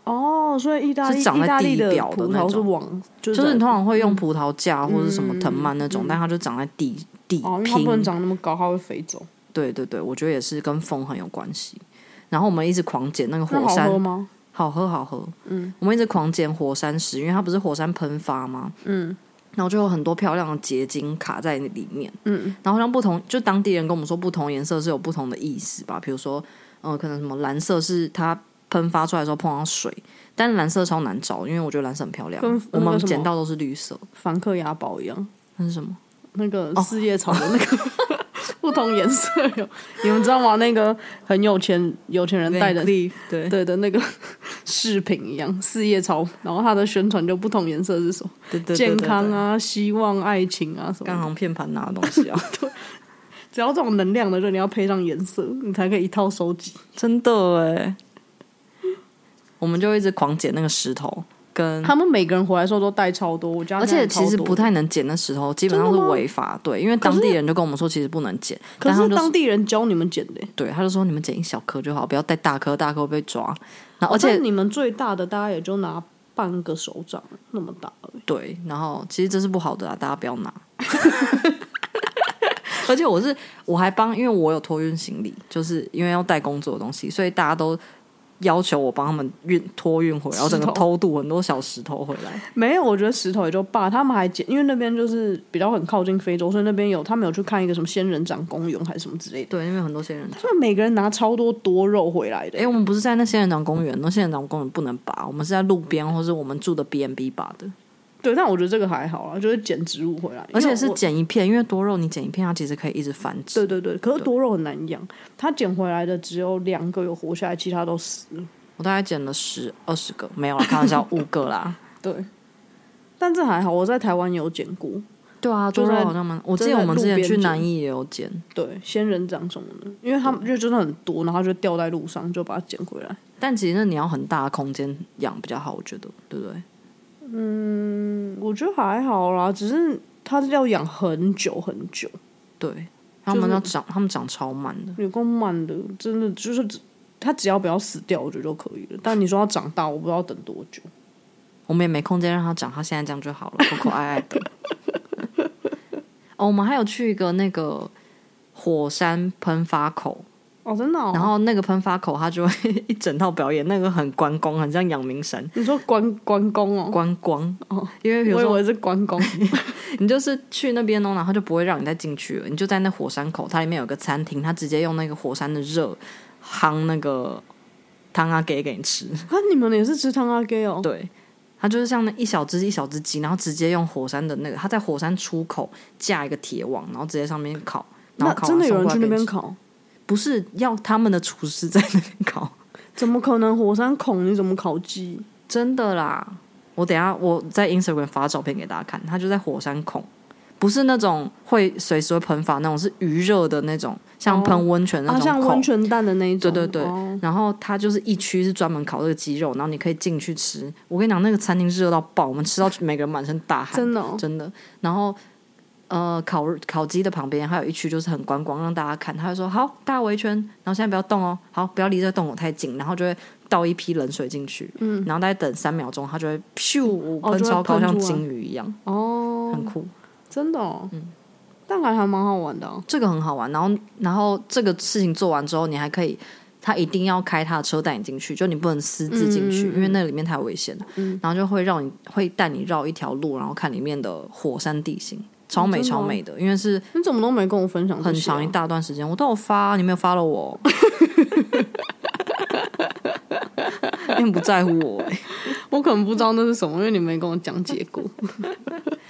Speaker 1: 哦，所以意大利
Speaker 2: 是长在
Speaker 1: 意大利
Speaker 2: 地
Speaker 1: 的
Speaker 2: 表的
Speaker 1: 葡
Speaker 2: 那
Speaker 1: 萄
Speaker 2: 种
Speaker 1: 是往就
Speaker 2: 就是
Speaker 1: 在
Speaker 2: 你通常会用
Speaker 1: 嗯
Speaker 2: 葡萄架或者什么藤蔓那种，但它就长在地地
Speaker 1: 哦，因为它不能
Speaker 2: 拼。
Speaker 1: 长那么高，它会飞走。
Speaker 2: 对对对，我觉得也是跟风很有关系。然后我们一直狂捡那个
Speaker 1: 那
Speaker 2: 火
Speaker 1: 好
Speaker 2: 山
Speaker 1: 喝，吗？
Speaker 2: 好喝好喝。嗯，我们一直狂捡火山石，因为它不是火山喷发吗？嗯，然后就有很多漂亮的结晶卡在里面。嗯，然后让不同，就当地人跟我们说，不同颜色是有不同的意思吧。比如说，呃，可能什么蓝色是它喷发出来的时候碰到水，但蓝色超难找，因为我觉得蓝色很漂亮
Speaker 1: 跟。
Speaker 2: 我
Speaker 1: 那
Speaker 2: 们
Speaker 1: 个什么
Speaker 2: 捡到都是绿色，
Speaker 1: 凡客雅宝一样，
Speaker 2: 那是什么？
Speaker 1: 那个
Speaker 2: 哦
Speaker 1: 四叶草的那个。 不同颜色有，你们知道吗？那个很有钱有钱人带的
Speaker 2: Leaf，对
Speaker 1: 对的那个饰品一样，四叶草，然后它的宣传就不同颜色是什么，
Speaker 2: 对对
Speaker 1: 健康，啊、希望、爱情啊什
Speaker 2: 干
Speaker 1: 么的，
Speaker 2: 行骗盘拿的东西啊，
Speaker 1: 只要这种能量的，就你要配上颜色，你才可以一套收集。
Speaker 2: 真的哎。我们就一直狂捡那个石头，跟
Speaker 1: 他们每个人回来的时候都带超多，我家
Speaker 2: 嗯而
Speaker 1: 现在
Speaker 2: 且其
Speaker 1: 超
Speaker 2: 实
Speaker 1: 多
Speaker 2: 不太能捡那石头，基本上是
Speaker 1: 真的吗
Speaker 2: 违法，对，因为当地人就跟我们说其实不能捡，
Speaker 1: 可
Speaker 2: 但他
Speaker 1: 是
Speaker 2: 们就
Speaker 1: 当地人教你们捡的、
Speaker 2: 对，他就说你们捡一小颗就好，不要带大颗，大颗会被抓。然后而
Speaker 1: 而
Speaker 2: 且
Speaker 1: 你们最大的大概也就拿半个手掌那么大而已。
Speaker 2: 对，然后其实这是不好的啊，大家不要拿。 而且我是我还帮，因为我有托运行李，就是因为要带工作的东西，所以大家都要求我帮他们运托运回来，然后整个
Speaker 1: 石头
Speaker 2: 偷渡很多小石头回来。
Speaker 1: 没有，我觉得石头也就罢，他们还捡，因为那边就是比较很靠近非洲，所以那边有他们有去看一个什么仙人掌公园还是什么之类的，
Speaker 2: 对，因为很多仙人掌。
Speaker 1: 他们每个人拿超多多肉回来的
Speaker 2: 哎、。我们不是在那仙人掌公园，那仙人掌公园不能拔，我们是在路边或是我们住的 B N B 拔的，
Speaker 1: 对，但我觉得这个还好啦，就是捡植物回来，因
Speaker 2: 而且
Speaker 1: 为
Speaker 2: 是
Speaker 1: 我
Speaker 2: 剪一片，因为多肉你剪一片，它其实可以一直繁殖。
Speaker 1: 对对对，可是多肉很难养，他捡回来的只有两个有活下来，其他都死了。
Speaker 2: 我大概剪了十二十个，没有啦，开玩 笑，五个啦。
Speaker 1: 对，但这还好，我在台湾有捡过，
Speaker 2: 对啊，多
Speaker 1: 就
Speaker 2: 肉
Speaker 1: 在
Speaker 2: 好像蛮，我记
Speaker 1: 就
Speaker 2: 得
Speaker 1: 在
Speaker 2: 我们之
Speaker 1: 路
Speaker 2: 前
Speaker 1: 边
Speaker 2: 去
Speaker 1: 剪
Speaker 2: 南艺也有剪，
Speaker 1: 对，仙人掌什么的，因为他们就真的很多，然后就掉在路上，就把它捡回来。
Speaker 2: 但其实那你要很大的空间养比较好，我觉得，对不对？
Speaker 1: 我觉得还好啦，只是它要养很久很久，
Speaker 2: 对，他们要长，他们长超慢的。
Speaker 1: 有够慢的，真的就是只它只要不要死掉，我觉得就可以了。但你说要长大，我不知道要等多久。
Speaker 2: 我们也没空间让它长，它现在这样就好了，可可爱爱的。哦，我们还有去一个那个火山喷发口，
Speaker 1: 哦，真的、哦。
Speaker 2: 然后那个喷发口它就会 一整套表演，那个很观光，很像阳明山
Speaker 1: 你说关关公哦，
Speaker 2: 观光。哦，因为比如
Speaker 1: 我以
Speaker 2: 说
Speaker 1: 为是关 公。
Speaker 2: 你就是去那边哦，然后它就不会让你再进去了，你就在那火山口，它里面有个餐厅，它直接用那个火山的热夯那个汤啊给给你吃。
Speaker 1: 啊，你们也是吃汤阿给哦？
Speaker 2: 对，它就是像那一小只一小只鸡，然后直接用火山的那个，它在火山出口架一个铁网，然后直接上面烤，
Speaker 1: 那
Speaker 2: 然后烤
Speaker 1: 真的
Speaker 2: 完
Speaker 1: 有人
Speaker 2: 送过
Speaker 1: 去
Speaker 2: 来
Speaker 1: 那
Speaker 2: 给你
Speaker 1: 边
Speaker 2: 吃，
Speaker 1: 烤？
Speaker 2: 不是要他们的厨师在那边烤，
Speaker 1: 怎么可能？火山孔你怎么烤鸡？
Speaker 2: 真的啦。我等一下我在 Instagram 发照片给大家看，它就在火山孔。不是那种会随时会喷发那种，是余热的那种，像
Speaker 1: 哦
Speaker 2: 喷温泉那
Speaker 1: 啊，
Speaker 2: 种、
Speaker 1: 像温泉蛋的那一种。
Speaker 2: 对对对
Speaker 1: 哦
Speaker 2: 然后它就是一区是专门烤这个鸡肉，然后你可以进去吃。我跟你讲，那个餐厅热到爆，我们吃到每个人满身大汗，
Speaker 1: 真的哦
Speaker 2: 真的。然后呃，烤烤鸡的旁边还有一区就是很观光，让大家看。他就说好，大家围圈，然后现在不要动哦，好，不要离这个洞口太近，然后就会倒一批冷水进去，嗯，然后大概等三秒钟，它就会咻
Speaker 1: 哦
Speaker 2: 喷
Speaker 1: 就会
Speaker 2: 超
Speaker 1: 喷
Speaker 2: 高，
Speaker 1: 出
Speaker 2: 像
Speaker 1: 来
Speaker 2: 金鱼一样，
Speaker 1: 哦
Speaker 2: 很，嗯酷。
Speaker 1: 真的哦。但还还蛮好玩的啊、
Speaker 2: 这个很好玩。然后，然后这个事情做完之后，你还可以，他一定要开他的车带你进去，就你不能私自进
Speaker 1: 嗯
Speaker 2: 去，因为那里面太危险了。然后就会让你会带你绕一条路，然后看里面的火山地形，超美
Speaker 1: 真的
Speaker 2: 超
Speaker 1: 哦
Speaker 2: 美的，因为是
Speaker 1: 你怎么都没跟我分享这
Speaker 2: 很
Speaker 1: 些啊、
Speaker 2: 长一大段时间，我都有发，你没有发了我。你很不在乎我、欸，
Speaker 1: 我可能不知道那是什么，因为你没跟我讲结 果。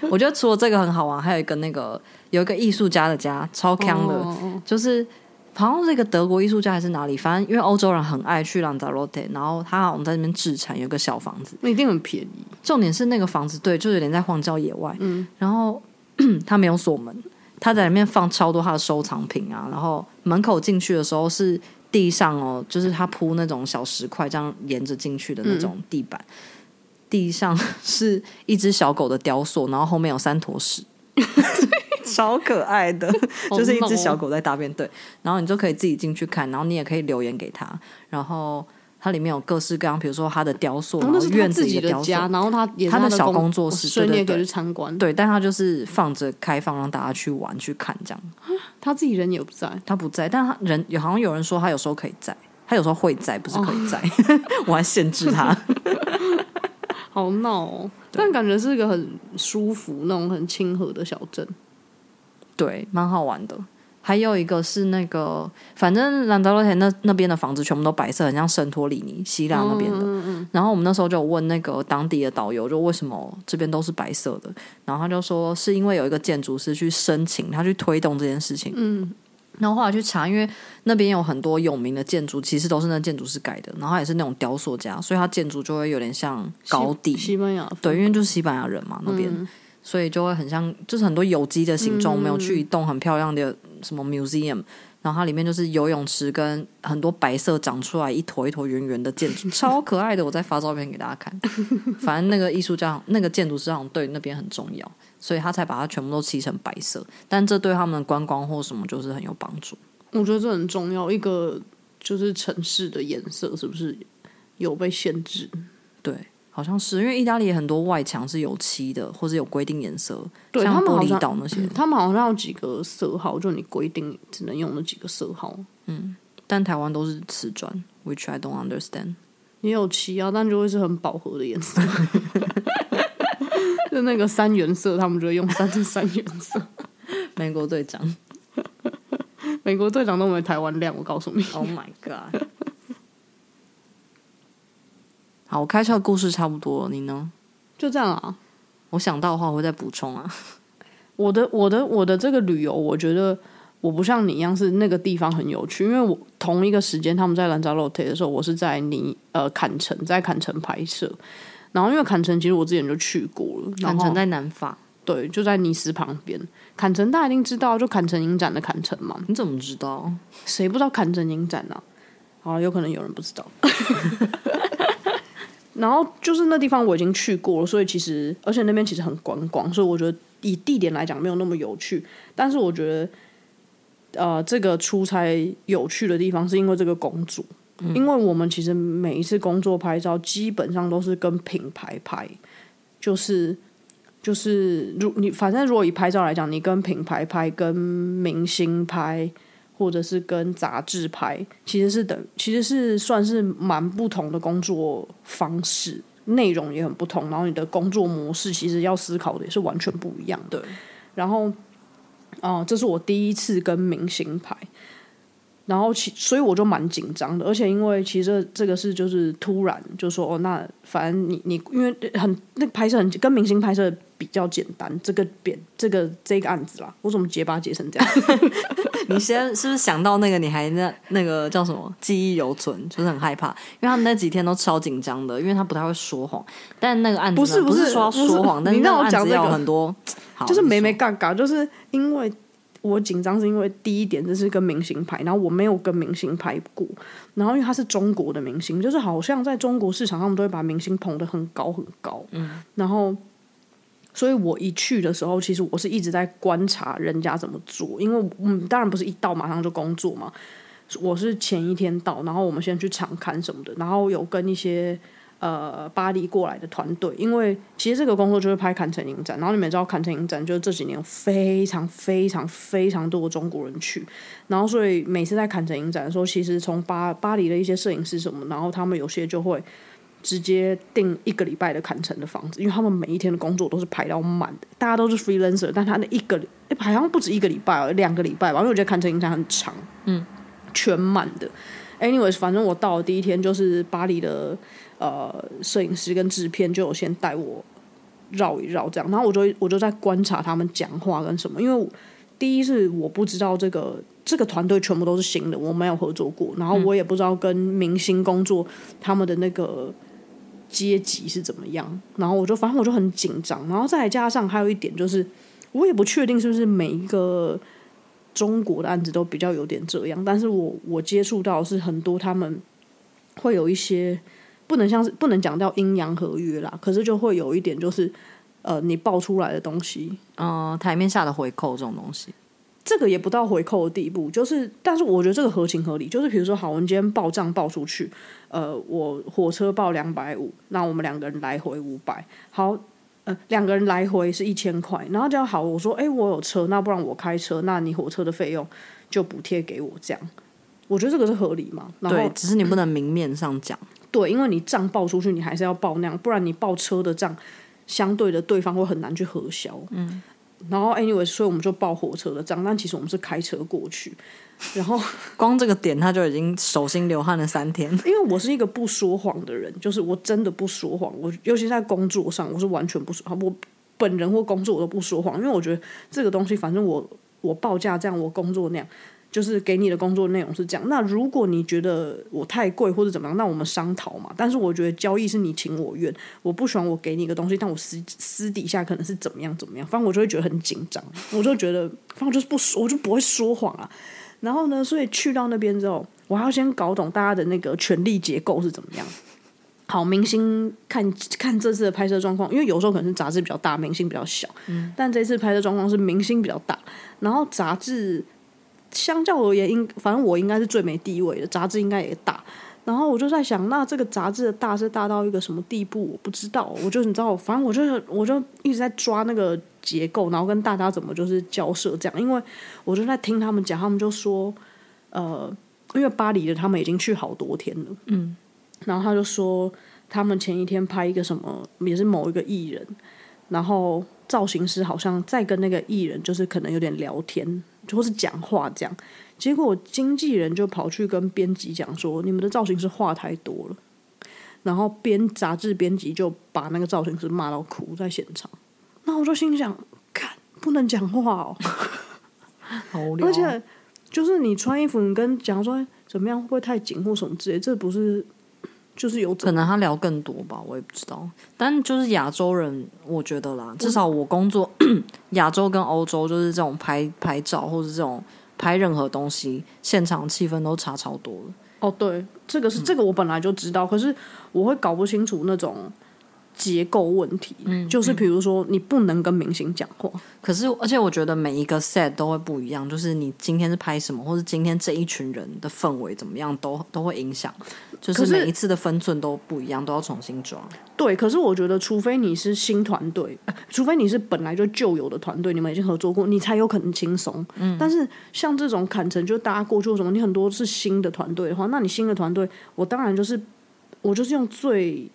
Speaker 2: 我觉得除了这个很好玩，还有一个那个有一个艺术家的家，超强的，
Speaker 1: 哦
Speaker 2: 就是好像是一个德国艺术家还是哪里，反正因为欧洲人很爱去朗扎罗特，然后他好像在那边置产，有一个小房子。
Speaker 1: 那一定很便宜。
Speaker 2: 重点是那个房子对，就有点在荒郊野外，然后 他没有锁门，他在里面放超多他的收藏品啊，然后门口进去的时候是地上哦，就是他铺那种小石块，这样沿着进去的那种地板。地上是一只小狗的雕塑，然后后面有三坨屎， 超可爱 的。
Speaker 1: 好
Speaker 2: 就是一
Speaker 1: 猛
Speaker 2: 只
Speaker 1: 哦
Speaker 2: 小狗在大便，对，然后你就可以自己进去看，然后你也可以留言给他，然后它里面有各式各样，比如说它的雕塑，
Speaker 1: 然后
Speaker 2: 然后
Speaker 1: 那是他
Speaker 2: 院子
Speaker 1: 自
Speaker 2: 里
Speaker 1: 己
Speaker 2: 雕塑，
Speaker 1: 家，然后他也是
Speaker 2: 他的
Speaker 1: 的
Speaker 2: 小
Speaker 1: 工哦
Speaker 2: 工作室
Speaker 1: 所以你也
Speaker 2: 对对
Speaker 1: 可以
Speaker 2: 对
Speaker 1: 去参观。
Speaker 2: 对，但它就是放着开放让大家去玩去看这样，
Speaker 1: 他自己人也不在，
Speaker 2: 它不在，但它人有好像有人说它有时候可以在，它有时候会在，不是可以在， 我还限制它。
Speaker 1: 好闹哦。但感觉是一个很舒服、那种很亲和的小镇。
Speaker 2: 对，蛮好玩的。还有一个是那个，反正兰德洛田那那边的房子全部都白色，很像圣托里尼希腊那边的。然后我们那时候就有问那个当地的导游，就为什么这边都是白色的？然后他就说是因为有一个建筑师去申请，他去推动这件事情。嗯。然后后来去查，因为那边有很多有名的建筑，其实都是那建筑师改的，然后他也是那种雕塑家，所以他建筑就会有点像高地
Speaker 1: 西西班牙风
Speaker 2: 对，因为就是西班牙人嘛那边，
Speaker 1: 嗯
Speaker 2: 所以就会很像，就是很多有机的形状。我们有去一栋很漂亮的什么 museum，然后它里面就是游泳池跟很多白色长出来一坨一坨圆圆的建筑，超可爱的。我再发照片给大 家看。反正那个艺术家、那个建筑师好像对那边很重要，所以他才把它全部都漆成白色。但这对他们的观光或什么就是很有帮助。
Speaker 1: 我觉得这很重要。一个就是城市的颜色是不是有被限制？
Speaker 2: 对。好像是因为意大利也很多外墙是有漆的，或是有规定颜色，
Speaker 1: 对
Speaker 2: 像
Speaker 1: 他们
Speaker 2: 玻
Speaker 1: 好
Speaker 2: 璃
Speaker 1: 像
Speaker 2: 岛那些。
Speaker 1: 他们好像有几个色号，就你规定只能用那几个色号。
Speaker 2: 但台湾都是瓷砖， ，which I don't understand。
Speaker 1: 也有漆啊，但就会是很饱和的颜色， 就那个三原色，他们就会用三 三原色。
Speaker 2: 美国队长
Speaker 1: 美国队长都没台湾亮，我告诉你。
Speaker 2: ，Oh my god！好，我开窍的故事差不多了，你呢？
Speaker 1: 就这样啊，
Speaker 2: 我想到的话，我会再补充啊。
Speaker 1: 我的我的我的这个旅游，我觉得我不像你一样是那个地方很有趣，因为我同一个时间他们在兰扎洛特的时候，我是在尼呃坎城，在坎城拍摄。然后因为坎城其实我之前就去过了，然
Speaker 2: 坦
Speaker 1: 后
Speaker 2: 诚在南法，
Speaker 1: 对就在尼斯旁边。坎城大家一定知道，就坎城影展的坎城嘛，
Speaker 2: 你怎么知道？
Speaker 1: 谁不知道坎城影展啊？好，有可能有人不知道。 然后就是那地方我已经去过了，所以其实而且那边其实很观光，所以我觉得以地点来讲没有那么有趣。但是我觉得，呃，这个出差有趣的地方是因为这个公主，因为我们其实每一次工作拍照基本上都是跟品牌拍，就是就是如你反正如果以拍照来讲，你跟品牌拍、跟明星拍，或者是跟杂志拍，其实是等，其实是算是蛮不同的工作方式，内容也很不同，然后你的工作模式其实要思考的也是完全不一样的。然后，哦、这是我第一次跟明星拍，然后其所以我就蛮紧张的，而且因为其实这这个是就是突然就说哦，那反正你你因为很那个拍摄很跟明星拍摄比较简单，这个扁这个这个案子啦，我怎么结巴结成这样？
Speaker 2: 你先是不是想到那个？你还那那个叫什么？记忆犹存，就是很害怕，因为他们那几天都超紧张的，因为他不太会说谎。但那个案子呢
Speaker 1: 不是
Speaker 2: 不
Speaker 1: 不是
Speaker 2: 说要说
Speaker 1: 不
Speaker 2: 谎，
Speaker 1: 是
Speaker 2: 但是
Speaker 1: 你
Speaker 2: 那
Speaker 1: 让我
Speaker 2: 个案
Speaker 1: 讲
Speaker 2: 子
Speaker 1: 这个
Speaker 2: 要很多，好
Speaker 1: 就是
Speaker 2: 你
Speaker 1: 没
Speaker 2: 说
Speaker 1: 没尬尬，就是因为我紧张是因为第一点这是跟明星拍，然后我没有跟明星拍过，然后因为他是中国的明星，就是好像在中国市场他们都会把明星捧得很高很高，嗯，然后。所以我一去的时候，其实我是一直在观察人家怎么做，因为嗯，当然不是一到马上就工作嘛，我是前一天到，然后我们先去场刊什么的，然后有跟一些呃巴黎过来的团队，因为其实这个工作就是拍坎城影展，然后你们也知道坎城影展就是这几年有非常非常非常多的中国人去，然后所以每次在坎城影展的时候，其实从巴巴黎的一些摄影师什么，然后他们有些就会。直接订一个礼拜的坎城的房子，因为他们每一天的工作都是排到满的，大家都是 freelancer，但他那一个礼，诶好像不止一个礼拜哦，两个礼拜吧，因为我觉得坎城影展很长，嗯，全满的。anyways，反正我到的第一天就是巴黎的呃摄影师跟制片就有先带我绕一绕这样，然后我就我就在观察他们讲话跟什么，因为我第一是我不知道这个这个团队全部都是新的，我没有合作过，然后我也不知道跟明星工作他们的那个。阶级是怎么样？然后我就反正我就很紧张，然后再加上还有一点就是，我也不确定是不是每一个中国的案子都比较有点这样，但是我我接触到的是很多他们会有一些不能像是不能讲到阴阳合约啦，可是就会有一点就是，呃，你爆出来的东西，
Speaker 2: 嗯、台面下的回扣这种东西，
Speaker 1: 这个也不到回扣的地步，就是，但是我觉得这个合情合理，就是比如说，好，我们今天报账报出去，呃，我火车报两百五，那我们两个人来回五百，好，呃，两个人来回是一千块，然后这样好，我说，哎，我有车，那不然我开车，那你火车的费用就补贴给我，这样，我觉得这个是合理嘛？然后
Speaker 2: 对，只是你不能明面上讲。
Speaker 1: 对，因为你账报出去，你还是要报那样，不然你报车的账，相对的对方会很难去核销。嗯，然后 anyway，所以我们就报火车的账，但其实我们是开车过去。然后，。
Speaker 2: 光这个点他就已经手心流汗了三天
Speaker 1: 因为我是一个不说谎的人，就是我真的不说谎，我尤其在工作上，我是完全不说谎。我本人或工作我都不说谎，因为我觉得这个东西，反正我我报价这样，我工作那样。就是给你的工作内容是这样。那如果你觉得我太贵或者怎么样，那我们商讨嘛。但是我觉得交易是你情我愿，我不喜欢我给你一个东西，但我私私底下可能是怎么样怎么样，反正我就会觉得很紧张，我就觉得反正我就是不说，我就不会说谎啊。然后呢，所以去到那边之后，我还要先搞懂大家的那个权力结构是怎么样。好，明星看看这次的拍摄状况，因为有时候可能是杂志比较大，明星比较小，嗯、但这次拍摄状况是明星比较大，然后杂志相较而言，应反正我应该是最没地位的，杂志应该也大。然后我就在想，那这个杂志的大是大到一个什么地步？我不知道。我就你知道，反正我就是我就一直在抓那个结构，然后跟大家怎么就是交涉这样。因为我就在听他们讲，他们就说，呃，因为巴黎的他们已经去好多天了，嗯，然后他就说他们前一天拍一个什么，也是某一个艺人，然后造型师好像在跟那个艺人就是可能有点聊天，或是讲话这样，结果经纪人就跑去跟编辑讲说，你们的造型师话太多了。然后编杂志编辑就把那个造型师骂到哭在现场，那我就心想，看不能讲话哦，
Speaker 2: 好无
Speaker 1: 而且就是你穿衣服，你跟讲说怎么样会不会太紧或什么之类，这不是就是有
Speaker 2: 可能他聊更多吧，我也不知道。但就是亚洲人，我觉得啦，至少我工作 亚洲跟欧洲，就是这种拍拍照或者这种拍任何东西，现场气氛都差超多了。
Speaker 1: 哦，对，这个是这个我本来就知道，可是我会搞不清楚那种结构问题，就是比如说你不能跟明星讲话，
Speaker 2: 可是，而且我觉得每一个 set 都会不一样，就是你今天是拍什么，或者今天这一群人的氛围怎么样，都都会影响。就是
Speaker 1: 可是
Speaker 2: 每一次的分寸都不一样，都要重新抓。
Speaker 1: 对，可是我觉得，除非你是新团队，呃除非你是本来就旧有的团队，你们已经合作过，你才有可能轻松。嗯，但是像这种砍成就大家过去或什么，你很多是新的团队的话，那你新的团队，我当然就是我就是用最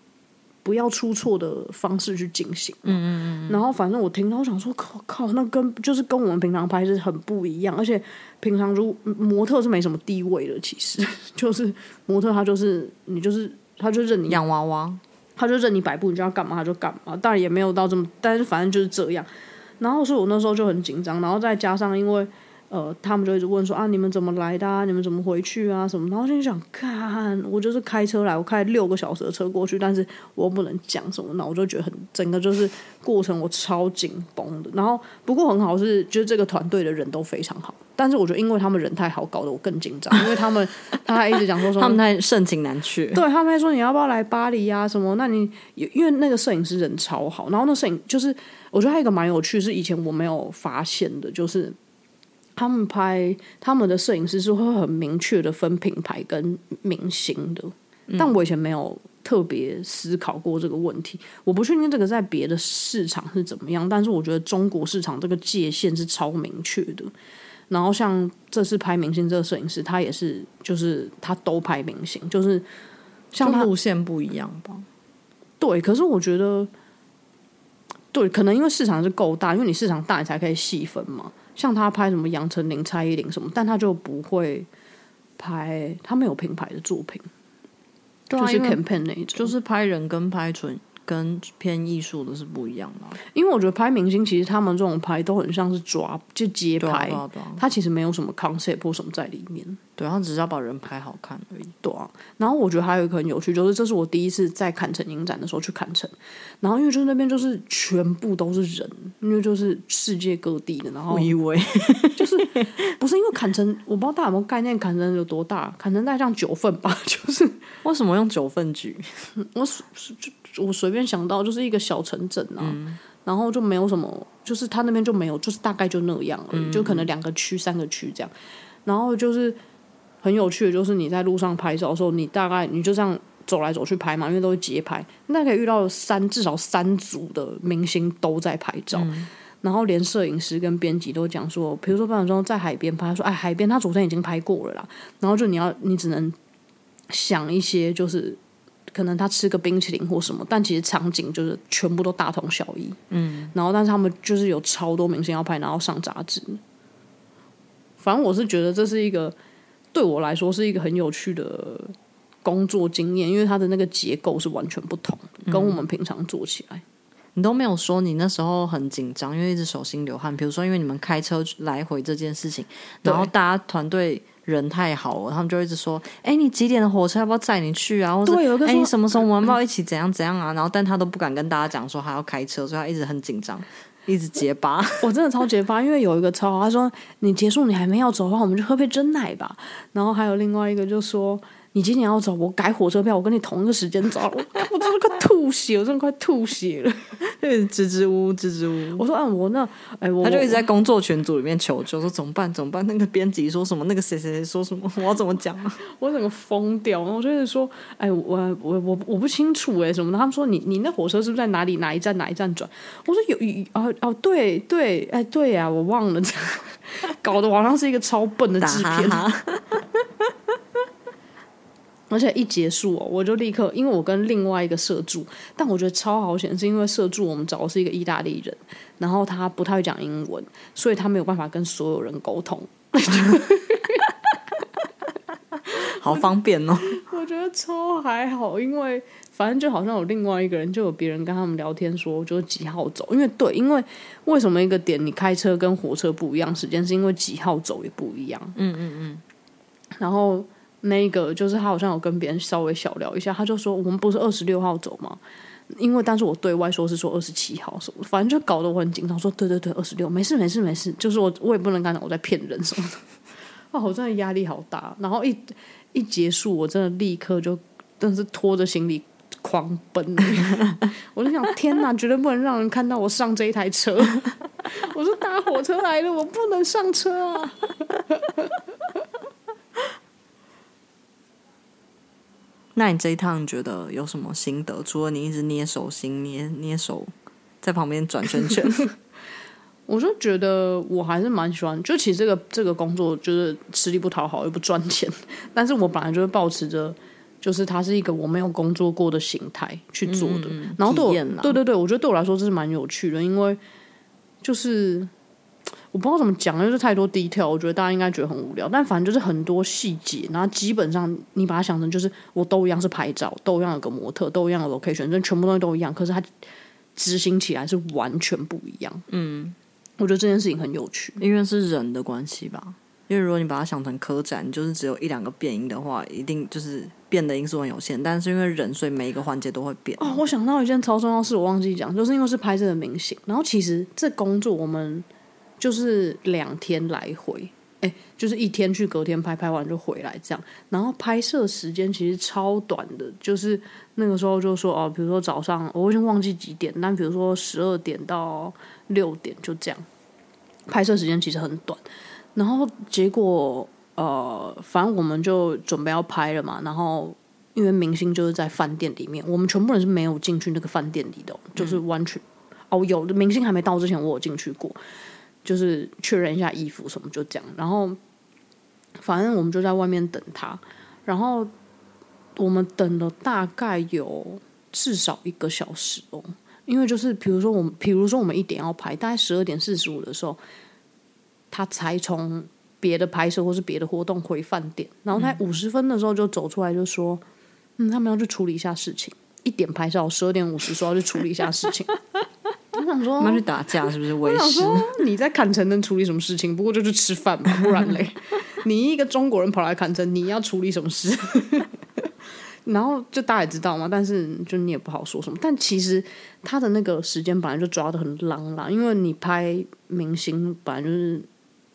Speaker 1: 不要出错的方式去进行。嗯嗯嗯。然后反正我听到，我想说，靠靠，那跟就是跟我们平常拍是很不一样，而且平常如模特是没什么地位的，其实 就是模特他就是你就是他就认你
Speaker 2: 洋娃娃，
Speaker 1: 他就任你摆布，你就要干嘛他就干嘛，当然也没有到这么，但是反正就是这样。然后所以我那时候就很紧张，然后再加上因为呃，他们就一直问说啊，你们怎么来的、啊？你们怎么回去啊？什么？然后心想，看我就是开车来，我开六个小时的车过去，但是我又不能讲什么，那我就觉得很整个就是过程我啊超紧绷的。然后不过很好是，就是这个团队的人都非常好，但是我觉得因为他们人太好，搞得我更紧张，因为他们他还一直讲说什 么
Speaker 2: 他们太盛情难却。
Speaker 1: 对他们还说你要不要来巴黎啊什么？那你因为那个摄影师人超好，然后那摄影就是我觉得还有一个蛮有趣，是以前我没有发现的，就是他们拍他们的摄影师是会很明确的分品牌跟明星的，但我以前没有特别思考过这个问题。我不确定这个在别的市场是怎么样，但是我觉得中国市场这个界限是超明确的。然后像这次拍明星这个摄影师，他也是就是他都拍明星，就是像
Speaker 2: 就
Speaker 1: 他
Speaker 2: 路线不一样吧？
Speaker 1: 对，可是我觉得，对，可能因为市场是够大，因为你市场大，你才可以细分嘛。像他拍什么杨丞琳、蔡依林什么，但他就不会拍，他没有品牌的作品，就
Speaker 2: 就是
Speaker 1: 是 campaign 那一种。
Speaker 2: 啊就是拍人跟拍纯跟偏艺术的是不一样的啊。
Speaker 1: 因为我觉得拍明星，其实他们这种拍都很像是抓就街
Speaker 2: 对啊，
Speaker 1: 拍
Speaker 2: 对，啊，对啊，
Speaker 1: 他其实没有什么 concept 或什么在里面。
Speaker 2: 对啊，他只是要把人拍好看而已。
Speaker 1: 对啊，然后我觉得还有一个很有趣，就是这是我第一次在坎城影展的时候去坎城，然后因为就是那边就是全部都是人，因为就是世界各地的，然后
Speaker 2: 我以为
Speaker 1: 不是因为坎城，我不知道大家有没有概念，坎城有多大？坎城大概像九份吧， 就是
Speaker 2: 为什么用九份局？
Speaker 1: 我随就我随便想到就是一个小城镇啊，然后就没有什么，就是他那边就没有，就是大概就那样而已，就可能两个区、三个区这样。然后就是很有趣的，就是你在路上拍照的时候，你大概你就这样走来走去拍嘛，因为都是街拍，那可以遇到三至少三组的明星都在拍照。然后连摄影师跟编辑都讲说，比如说范晓中在海边拍，他说哎海边他昨天已经拍过了啦，然后就你要你只能想一些就是可能他吃个冰淇淋或什么，但其实场景就是全部都大同小异。嗯，然后但是他们就是有超多明星要拍，然后上杂志。反正我是觉得这是一个对我来说是一个很有趣的工作经验，因为它的那个结构是完全不同的，跟我们平常做起来。
Speaker 2: 你都没有说你那时候很紧张，因为一直手心流汗。比如说，因为你们开车来回这件事情，然后大家团队人太好了，他们就一直说：“哎，你几点的火车要不要载你去啊？”或者
Speaker 1: 对有一个
Speaker 2: “哎，
Speaker 1: 说嗯
Speaker 2: 你什么时候我们要不要一起怎样怎样啊？”然后，但他都不敢跟大家讲说还要开车，所以他一直很紧张，一直结巴。
Speaker 1: 我真的超结巴，因为有一个超好，他说你结束你还没要走的话，我们就喝杯真奶吧。然后还有另外一个就说你今年要走，我改火车票，我跟你同一个时间走。我我真的快吐血，我真的快吐血 了。
Speaker 2: 对，支支吾吾，支支吾吾。
Speaker 1: 我说嗯，我那哎我
Speaker 2: 他就一直在工作群组里面求救，说怎么办？怎么办？那个编辑说什么？那个谁谁谁说什么？我要怎么讲、啊？
Speaker 1: 我整个疯掉，然后我就是说，哎，我我我我不清楚哎、什么的。他们说你你那火车是不是在哪里哪一站哪一站转？我说有有哦哦对对哎对 呀、我忘了，这样搞得我好像是一个超笨的
Speaker 2: 打
Speaker 1: 制
Speaker 2: 哈
Speaker 1: 片。
Speaker 2: 哈，
Speaker 1: 而且一结束哦，我就立刻，因为我跟另外一个社助，但我觉得超好险，是因为社助我们找的是一个意大利人，然后他不太会讲英文，所以他没有办法跟所有人沟通。
Speaker 2: 好方便哦。
Speaker 1: 我觉得超还好，因为反正就好像有另外一个人，就有别人跟他们聊天说，就是几号走。因为对，因为为什么一个点你开车跟火车不一样时间，是因为几号走也不一样。嗯嗯嗯。然后那个就是他好像有跟别人稍微小聊一下，他就说我们不是二十六号走吗？因为但是我对外说是说二十七号什么的，反正就搞得我很紧张，说对对对二十六，没事没事没事，就是我我也不能敢讲我在骗人什么的。 啊，我真的压力好大。然后一一结束，我真的立刻就，真是拖着行李狂奔。 我就想，天哪，绝对不能让人看到我上这一台车。 我说搭火车来了，我不能上车啊。
Speaker 2: 那你这一趟你觉得有什么心得？除了你一直捏手心、捏捏手，在旁边转 圈圈，
Speaker 1: 我就觉得我还是蛮喜欢，就其实这个这个工作就是吃力不讨好，又不赚钱，但是我本来就是保持着，就是它是一个我没有工作过的形态去做的，然后对
Speaker 2: 嗯体验
Speaker 1: 我
Speaker 2: 啦
Speaker 1: 对对对，我觉得对我来说这是蛮有趣的，因为就是我不知道怎么讲，就是太多 detail，我觉得大家应该觉得很无聊，但反正就是很多细节，然后基本上你把它想成就是我都一样是拍照，都一样有个模特，都一样有 location，真的全部东西都一样，可是它执行起来是完全不一样，嗯。我觉得这件事情很有趣，
Speaker 2: 因为是人的关系吧。因为如果你把它想成科展，你就是只有一两个变音的话，一定就是变的因素很有限。但是因为人，所以每一个环节都会变。
Speaker 1: 哦，我想到一件超重要的事，我忘记讲，就是因为是拍摄的明星，然后其实这工作我们就是两天来回，哎，就是一天去，隔天拍，拍完就回来这样。然后拍摄时间其实超短的，就是那个时候就说哦，比如说早上我已经忘记几点，但比如说十二点到六点就这样，拍摄时间其实很短。然后结果呃，反正我们就准备要拍了嘛，然后因为明星就是在饭店里面，我们全部人是没有进去那个饭店里的哦，就是完全、哦，有的明星还没到之前，我有进去过，就是确认一下衣服什么，就这样。然后反正我们就在外面等他，然后我们等了大概有至少一个小时哦，因为就是比如说我们，比如说我们一点要拍，大概十二点四十五的时候，他才从别的拍摄或是别的活动回饭店，然后他五十分的时候就走出来就说，嗯，他们要去处理一下事情。一点拍照，十二点五十说要去处理一下事情。 我想说，
Speaker 2: 他们去打架是不是？为
Speaker 1: 我想
Speaker 2: 师
Speaker 1: 说你在坎城能处理什么事情？不过就去吃饭嘛，不然嘞，你一个中国人跑来坎城，你要处理什么事？ 然后就大家也知道嘛，但是就你也不好说什么。但其实他的那个时间本来就抓的很浪啦，因为你拍明星本来就是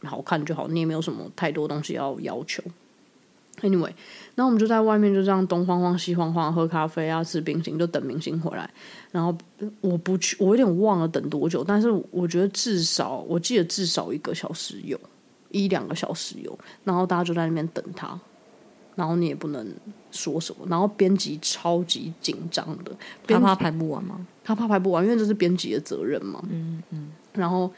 Speaker 1: 好看就好，你也没有什么太多东西要要求。Anyway，然后我们就在外面就这样东晃晃西晃晃，喝咖啡啊，吃冰淇淋，就等明星回来。然后我不去，我有点忘了等多久，但是我觉得至少我记得至少一个小时有，一两个小时有，然后大家就在那边等他，然后你也不能说什么，然后编辑超级紧张的，
Speaker 2: 他
Speaker 1: 编
Speaker 2: 怕拍不完吗？
Speaker 1: 他怕拍不完，因为这是编辑的责任嘛，嗯嗯，然后。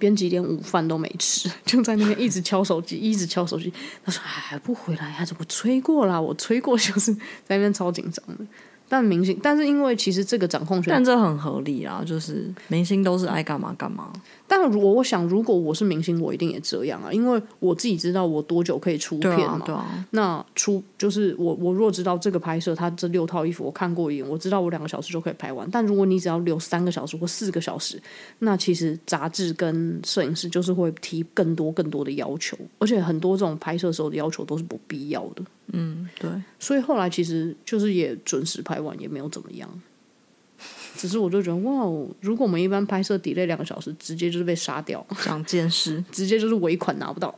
Speaker 1: 编辑连午饭都没吃，就在那边一直敲手机，一直敲手机。他说：“哎，还不回来呀、啊？怎么催过啦？我催过， 就是在那边超紧张的。但明星，但是因为其实这个掌控权
Speaker 2: 但这很合理啊，就是明星都是爱干嘛干嘛。
Speaker 1: 但如果我想，如果我是明星，我一定也这样啊，因为我自己知道我多久可以出片
Speaker 2: 对
Speaker 1: 嘛。
Speaker 2: 啊，对啊，
Speaker 1: 那出就是我，我若知道这个拍摄，它这六套衣服我看过一眼，我知道我两个小时就可以拍完。但如果你只要留三个小时或四个小时，那其实杂志跟摄影师就是会提更多更多的要求，而且很多这种拍摄时候的要求都是不必要的。
Speaker 2: 嗯，对。
Speaker 1: 所以后来其实就是也准时拍完，也没有怎么样。只是我就觉得，哇哦，如果我们一般拍摄 delay 两个小时，直接就是被杀掉。
Speaker 2: 长见识。
Speaker 1: 直接就是尾款拿不到，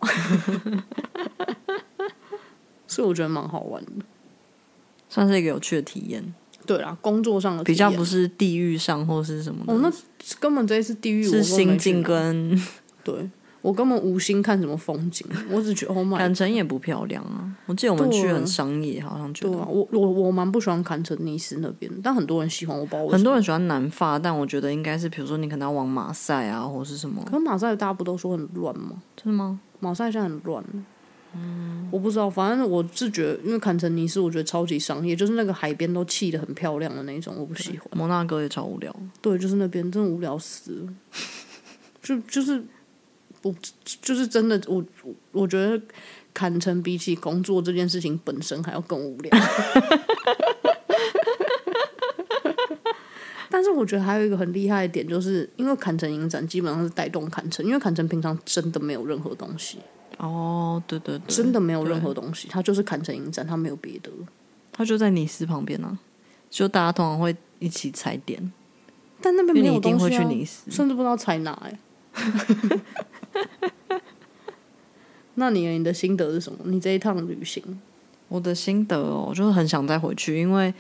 Speaker 1: 所以我觉得蛮好玩的。
Speaker 2: 算是一个有趣的体验，
Speaker 1: 对啦，工作上的
Speaker 2: 比较
Speaker 1: 体验
Speaker 2: 不是地域上或是什么的，
Speaker 1: 哦，那根本这一次地狱我
Speaker 2: 是
Speaker 1: 根本没
Speaker 2: 心
Speaker 1: 去
Speaker 2: 境
Speaker 1: 哪
Speaker 2: 跟
Speaker 1: 对我根本无心看什么风景，我只觉得 Oh my，
Speaker 2: 感城也不漂亮啊。我记得我们去
Speaker 1: 对
Speaker 2: 很商业，好像觉
Speaker 1: 对
Speaker 2: 得、
Speaker 1: 啊，我我我蛮不喜欢坎城尼斯那边的，但很多人喜欢，我不知道为什么
Speaker 2: 很多人喜欢南法，但我觉得应该是比如说你可能要往马赛啊，或是什么，
Speaker 1: 可是马赛大家不都说很乱吗？
Speaker 2: 真的吗？嗯
Speaker 1: 马赛现在很乱，我不知道，反正我是觉得，因为坎城尼斯我觉得超级商业，就是那个海边都砌得很漂亮的那种，我不喜欢。
Speaker 2: 摩纳哥也超无聊。
Speaker 1: 对，就是那边真的无聊死了，就就是我就是真的我我我觉得坎城比起工作这件事情本身还要更无聊。但是我觉得还有一个很厉害的点，就是因为坎城影展基本上是带动坎城，因为坎城平常真的没有任何东西，
Speaker 2: 哦，对对对，
Speaker 1: 真的没有任何东西，它就是坎城影展，它没有别的。
Speaker 2: 他就在尼斯旁边啊，就大家通常会一起踩点，
Speaker 1: 但那边
Speaker 2: 因
Speaker 1: 没
Speaker 2: 为你
Speaker 1: 有
Speaker 2: 一定
Speaker 1: 东西、
Speaker 2: 会
Speaker 1: 啊，
Speaker 2: 去尼斯。
Speaker 1: 甚至不知道采哪 哎、那你呢你的心得是什么？你这一趟旅行，
Speaker 2: 我的心得哦，就是很想再回去，因为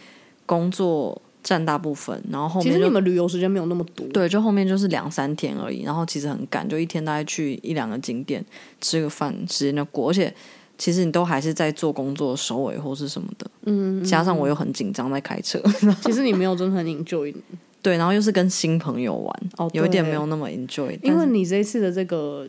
Speaker 2: 工作占大部分，然后后
Speaker 1: 其
Speaker 2: 面
Speaker 1: 实
Speaker 2: 就
Speaker 1: 你们旅游时间没有那么多，
Speaker 2: 对，就后面就是两三天而已，然后其实很赶，就一天大概去一两个景点吃个饭，时间就过。而且其实你都还是在做工作收尾或是什么的，嗯，加上我又很紧张在开车，
Speaker 1: 其实你没有真的很 enjoy，
Speaker 2: 对，然后又是跟新朋友玩，
Speaker 1: 哦
Speaker 2: 有一点
Speaker 1: 对
Speaker 2: 没有那么 enjoy，但
Speaker 1: 因为
Speaker 2: 是
Speaker 1: 你这一次的这个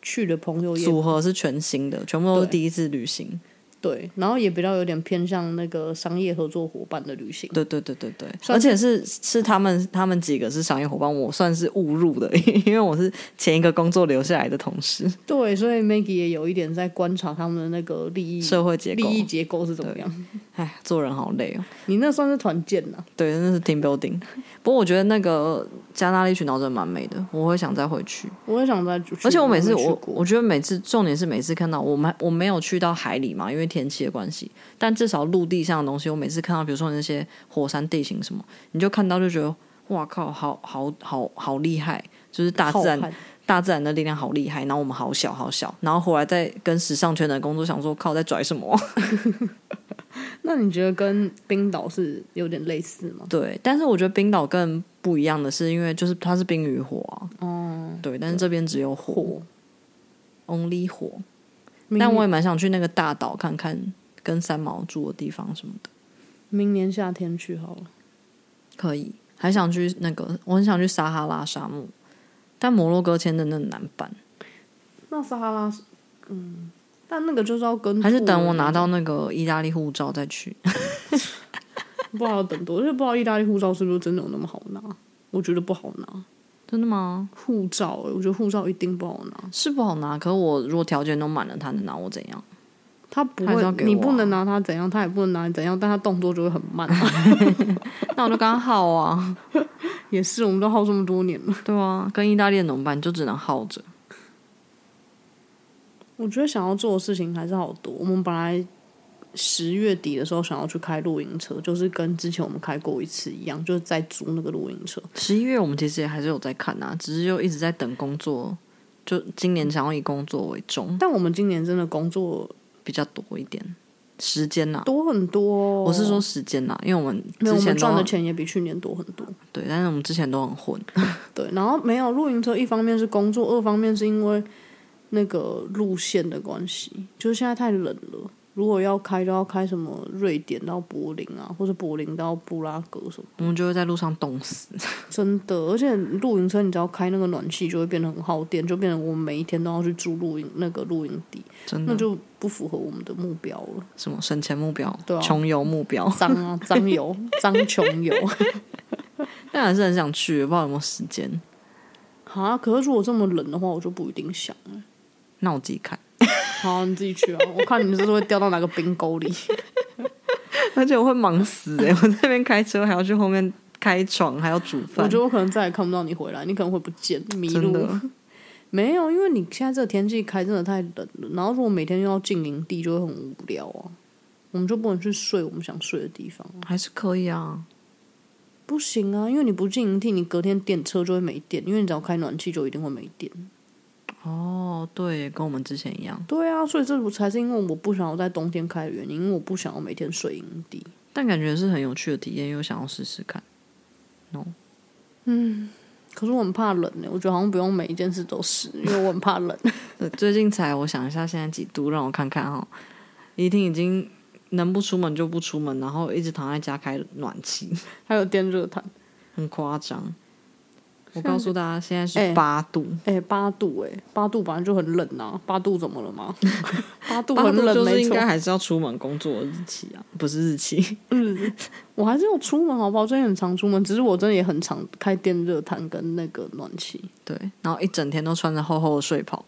Speaker 1: 去的朋友也
Speaker 2: 组合是全新的，全部都是
Speaker 1: 对
Speaker 2: 第一次旅行，
Speaker 1: 对，然后也比较有点偏向那个商业合作伙伴的旅行。
Speaker 2: 对对对对对，
Speaker 1: 算
Speaker 2: 而且是是他们他们几个是商业伙伴，我算是误入的， 因为我是前一个工作留下来的同事，
Speaker 1: 对，所以 Maggie 也有一点在观察他们的那个利益
Speaker 2: 社会结构
Speaker 1: 利，益结构是怎么样。
Speaker 2: 哎，做人好累哦。
Speaker 1: 你那算是团建啊呐、
Speaker 2: 对，那是 team building。不 过我觉得那个加那利群岛真的蛮美的，我会想再回去。
Speaker 1: 我也想再去，
Speaker 2: 而且我每次
Speaker 1: 没去
Speaker 2: 我
Speaker 1: 过
Speaker 2: 我觉得每次重点是每次看到我们我没有去到海里嘛，因为天气的关系。但至少陆地上的东西，我每次看到比如说那些火山地形什么，你就看到就觉得哇靠，好好好好厉害，就是大自然
Speaker 1: 浩瀚
Speaker 2: 大自然的力量好厉害，然后我们好小好小，然后回来再跟时尚圈的工作，想说靠在拽什么？啊
Speaker 1: 那你觉得跟冰岛是有点类似吗？
Speaker 2: 对，但是我觉得冰岛更不一样的是，因为就是它是冰与火啊。对，但是这边只有火，only 火。
Speaker 1: 明
Speaker 2: 但我也
Speaker 1: 年
Speaker 2: 蛮想去那个大岛看看，跟三毛住的地方什么的，
Speaker 1: 明年夏天去好了。
Speaker 2: 可以。还想去那个，我很想去撒哈拉沙漠，但摩洛哥签证真的难办，
Speaker 1: 那撒哈拉是，嗯，但那个就是要跟
Speaker 2: 还是
Speaker 1: 兔
Speaker 2: 等
Speaker 1: 的
Speaker 2: 我
Speaker 1: 那
Speaker 2: 拿
Speaker 1: 种
Speaker 2: 到那个意大利护照再去。
Speaker 1: 不知道要等多久，而且不知道意大利护照是不是真的有那么好拿？我觉得不好拿
Speaker 2: 真的吗？
Speaker 1: 护照、欸，我觉得护照一定不好拿。
Speaker 2: 是不好拿，可我如果条件都满了，他能拿我怎样？
Speaker 1: 他不
Speaker 2: 还是
Speaker 1: 会
Speaker 2: 要，给
Speaker 1: 你
Speaker 2: 我啊
Speaker 1: 不能拿他怎样，他也不能拿你怎样，但他动作就会很慢、啊
Speaker 2: 那我就刚好啊，
Speaker 1: 也是，我们都耗这么多年了，
Speaker 2: 对啊，跟意大利的怎么办？就只能耗着。
Speaker 1: 我觉得想要做的事情还是好多。我们本来十月底的时候想要去开露营车，就是跟之前我们开过一次一样，就是在租那个露营车。
Speaker 2: 十一月我们其实也还是有在看啊，只是就一直在等工作，就今年想要以工作为重
Speaker 1: 但我们今年真的工作
Speaker 2: 比较多一点，时间呐、
Speaker 1: 多很多哦、
Speaker 2: 我是说时间呐、因为我们
Speaker 1: 没有，
Speaker 2: 之
Speaker 1: 我
Speaker 2: 前
Speaker 1: 们
Speaker 2: 都
Speaker 1: 赚的
Speaker 2: 很
Speaker 1: 钱也比去年多很多。
Speaker 2: 对，但是我们之前都很混，
Speaker 1: 对，然后没有露营车，一方面是工作，二方面是因为那个路线的关系，就是现在太冷了。如果要开，就要开什么瑞典到柏林啊，或者柏林到布拉格什么，
Speaker 2: 我们就会在路上冻死。
Speaker 1: 真的。而且露营车，你只要开那个暖气，就会变得很耗电，就变成我们每一天都要去住露营那个露营地，
Speaker 2: 真
Speaker 1: 那
Speaker 2: 的，
Speaker 1: 就不符合我们的目标 了。
Speaker 2: 什么省钱目标、
Speaker 1: 对啊
Speaker 2: 穷游目 标，
Speaker 1: 脏啊，脏油，脏穷油。
Speaker 2: 但还是很想去，不知道有没有时间。
Speaker 1: 啊，可是如果这么冷的话，我就不一定想了。
Speaker 2: 那我自己看，
Speaker 1: 好，你自己去啊，我看你们是不是会掉到哪个冰沟 里。
Speaker 2: 而且我会忙死 哎、我在那边开车还要去后面开床，还要煮
Speaker 1: 我
Speaker 2: 饭
Speaker 1: 觉，得我可能再也看不到你回来，你可能会不见迷
Speaker 2: 真
Speaker 1: 路。
Speaker 2: 的
Speaker 1: 没有，因为你现在这个天气开真的太冷了，然后如果每天又要进营地，就会很无聊啊。我们就不能去睡我们想睡的地方啊，
Speaker 2: 还是可以啊。
Speaker 1: 不行啊！因为你不进营地，你隔天电车就会没电，因为你只要开暖气就一定会没电。
Speaker 2: 哦，对，跟我们之前一样。
Speaker 1: 对啊，所以这才是因为我不想要在冬天开的原因，因为我不想要每天睡营地。
Speaker 2: 但感觉是很有趣的体验，又想要试试看。
Speaker 1: 可是我很怕冷呢、我觉得好像不用每一件事都是，因为我很怕冷。
Speaker 2: 对呃最近才我想一下现在几度，让我看看哈、一定已经能不出门就不出门，然后一直躺在家开暖气，
Speaker 1: 还有电热毯，
Speaker 2: 很夸张。我告诉大家，现在
Speaker 1: 哎
Speaker 2: 是啊八度，
Speaker 1: 哎、八度哎、八度本来就很冷啊，八度怎么了吗？ 八度
Speaker 2: 哎八
Speaker 1: 很
Speaker 2: 度
Speaker 1: 冷，
Speaker 2: 就是
Speaker 1: 没
Speaker 2: 应
Speaker 1: 错
Speaker 2: 该。还是要出门工作的日期啊，不是日期。
Speaker 1: 我还是有出门，好不好？最近很常出门，只是我真的也很常开电热毯跟那个暖气，
Speaker 2: 对，然后一整天都穿着厚厚的睡袍，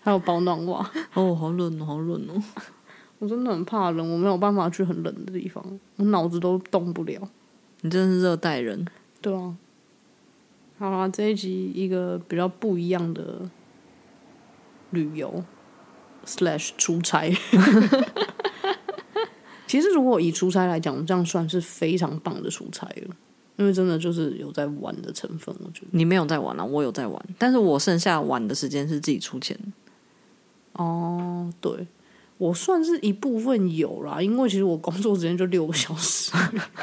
Speaker 1: 还有保暖袜。
Speaker 2: 哦，好冷哦，好冷哦。
Speaker 1: 我真的很怕冷，我没有办法去很冷的地方，我脑子都动不了。
Speaker 2: 你真的是热带人，
Speaker 1: 对啊，好啦，这一集一个比较不一样的旅游 slash 出差。 其实，如果以出差来讲，我们这样算是非常棒的出差了，因为真的就是有在玩的成分，我觉得。
Speaker 2: 你没有在玩啊，我有在玩，但是我剩下玩的时间是自己出钱。
Speaker 1: 哦，对，我算是一部分有啦，因为其实我工作时间就六个小时，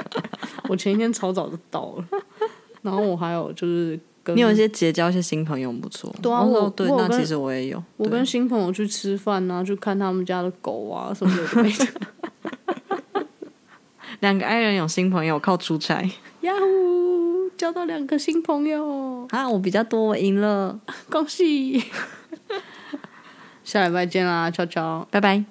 Speaker 1: 我前一天超早就到了， 然后我还有就是跟
Speaker 2: 你有一些结交一些新朋友很不错。
Speaker 1: 对啊
Speaker 2: 哦
Speaker 1: 我
Speaker 2: 对，
Speaker 1: 我有
Speaker 2: 那
Speaker 1: 跟
Speaker 2: 其实我也有。
Speaker 1: 我
Speaker 2: 对
Speaker 1: 跟新朋友去吃饭啊，去看他们家的狗啊什么有的没的。
Speaker 2: 两个爱人有新朋友靠出差
Speaker 1: 呀呼，交到两个新朋友，
Speaker 2: 啊，我比较多，我赢了，
Speaker 1: 恭喜！下礼拜见啦，悄悄。
Speaker 2: 拜拜。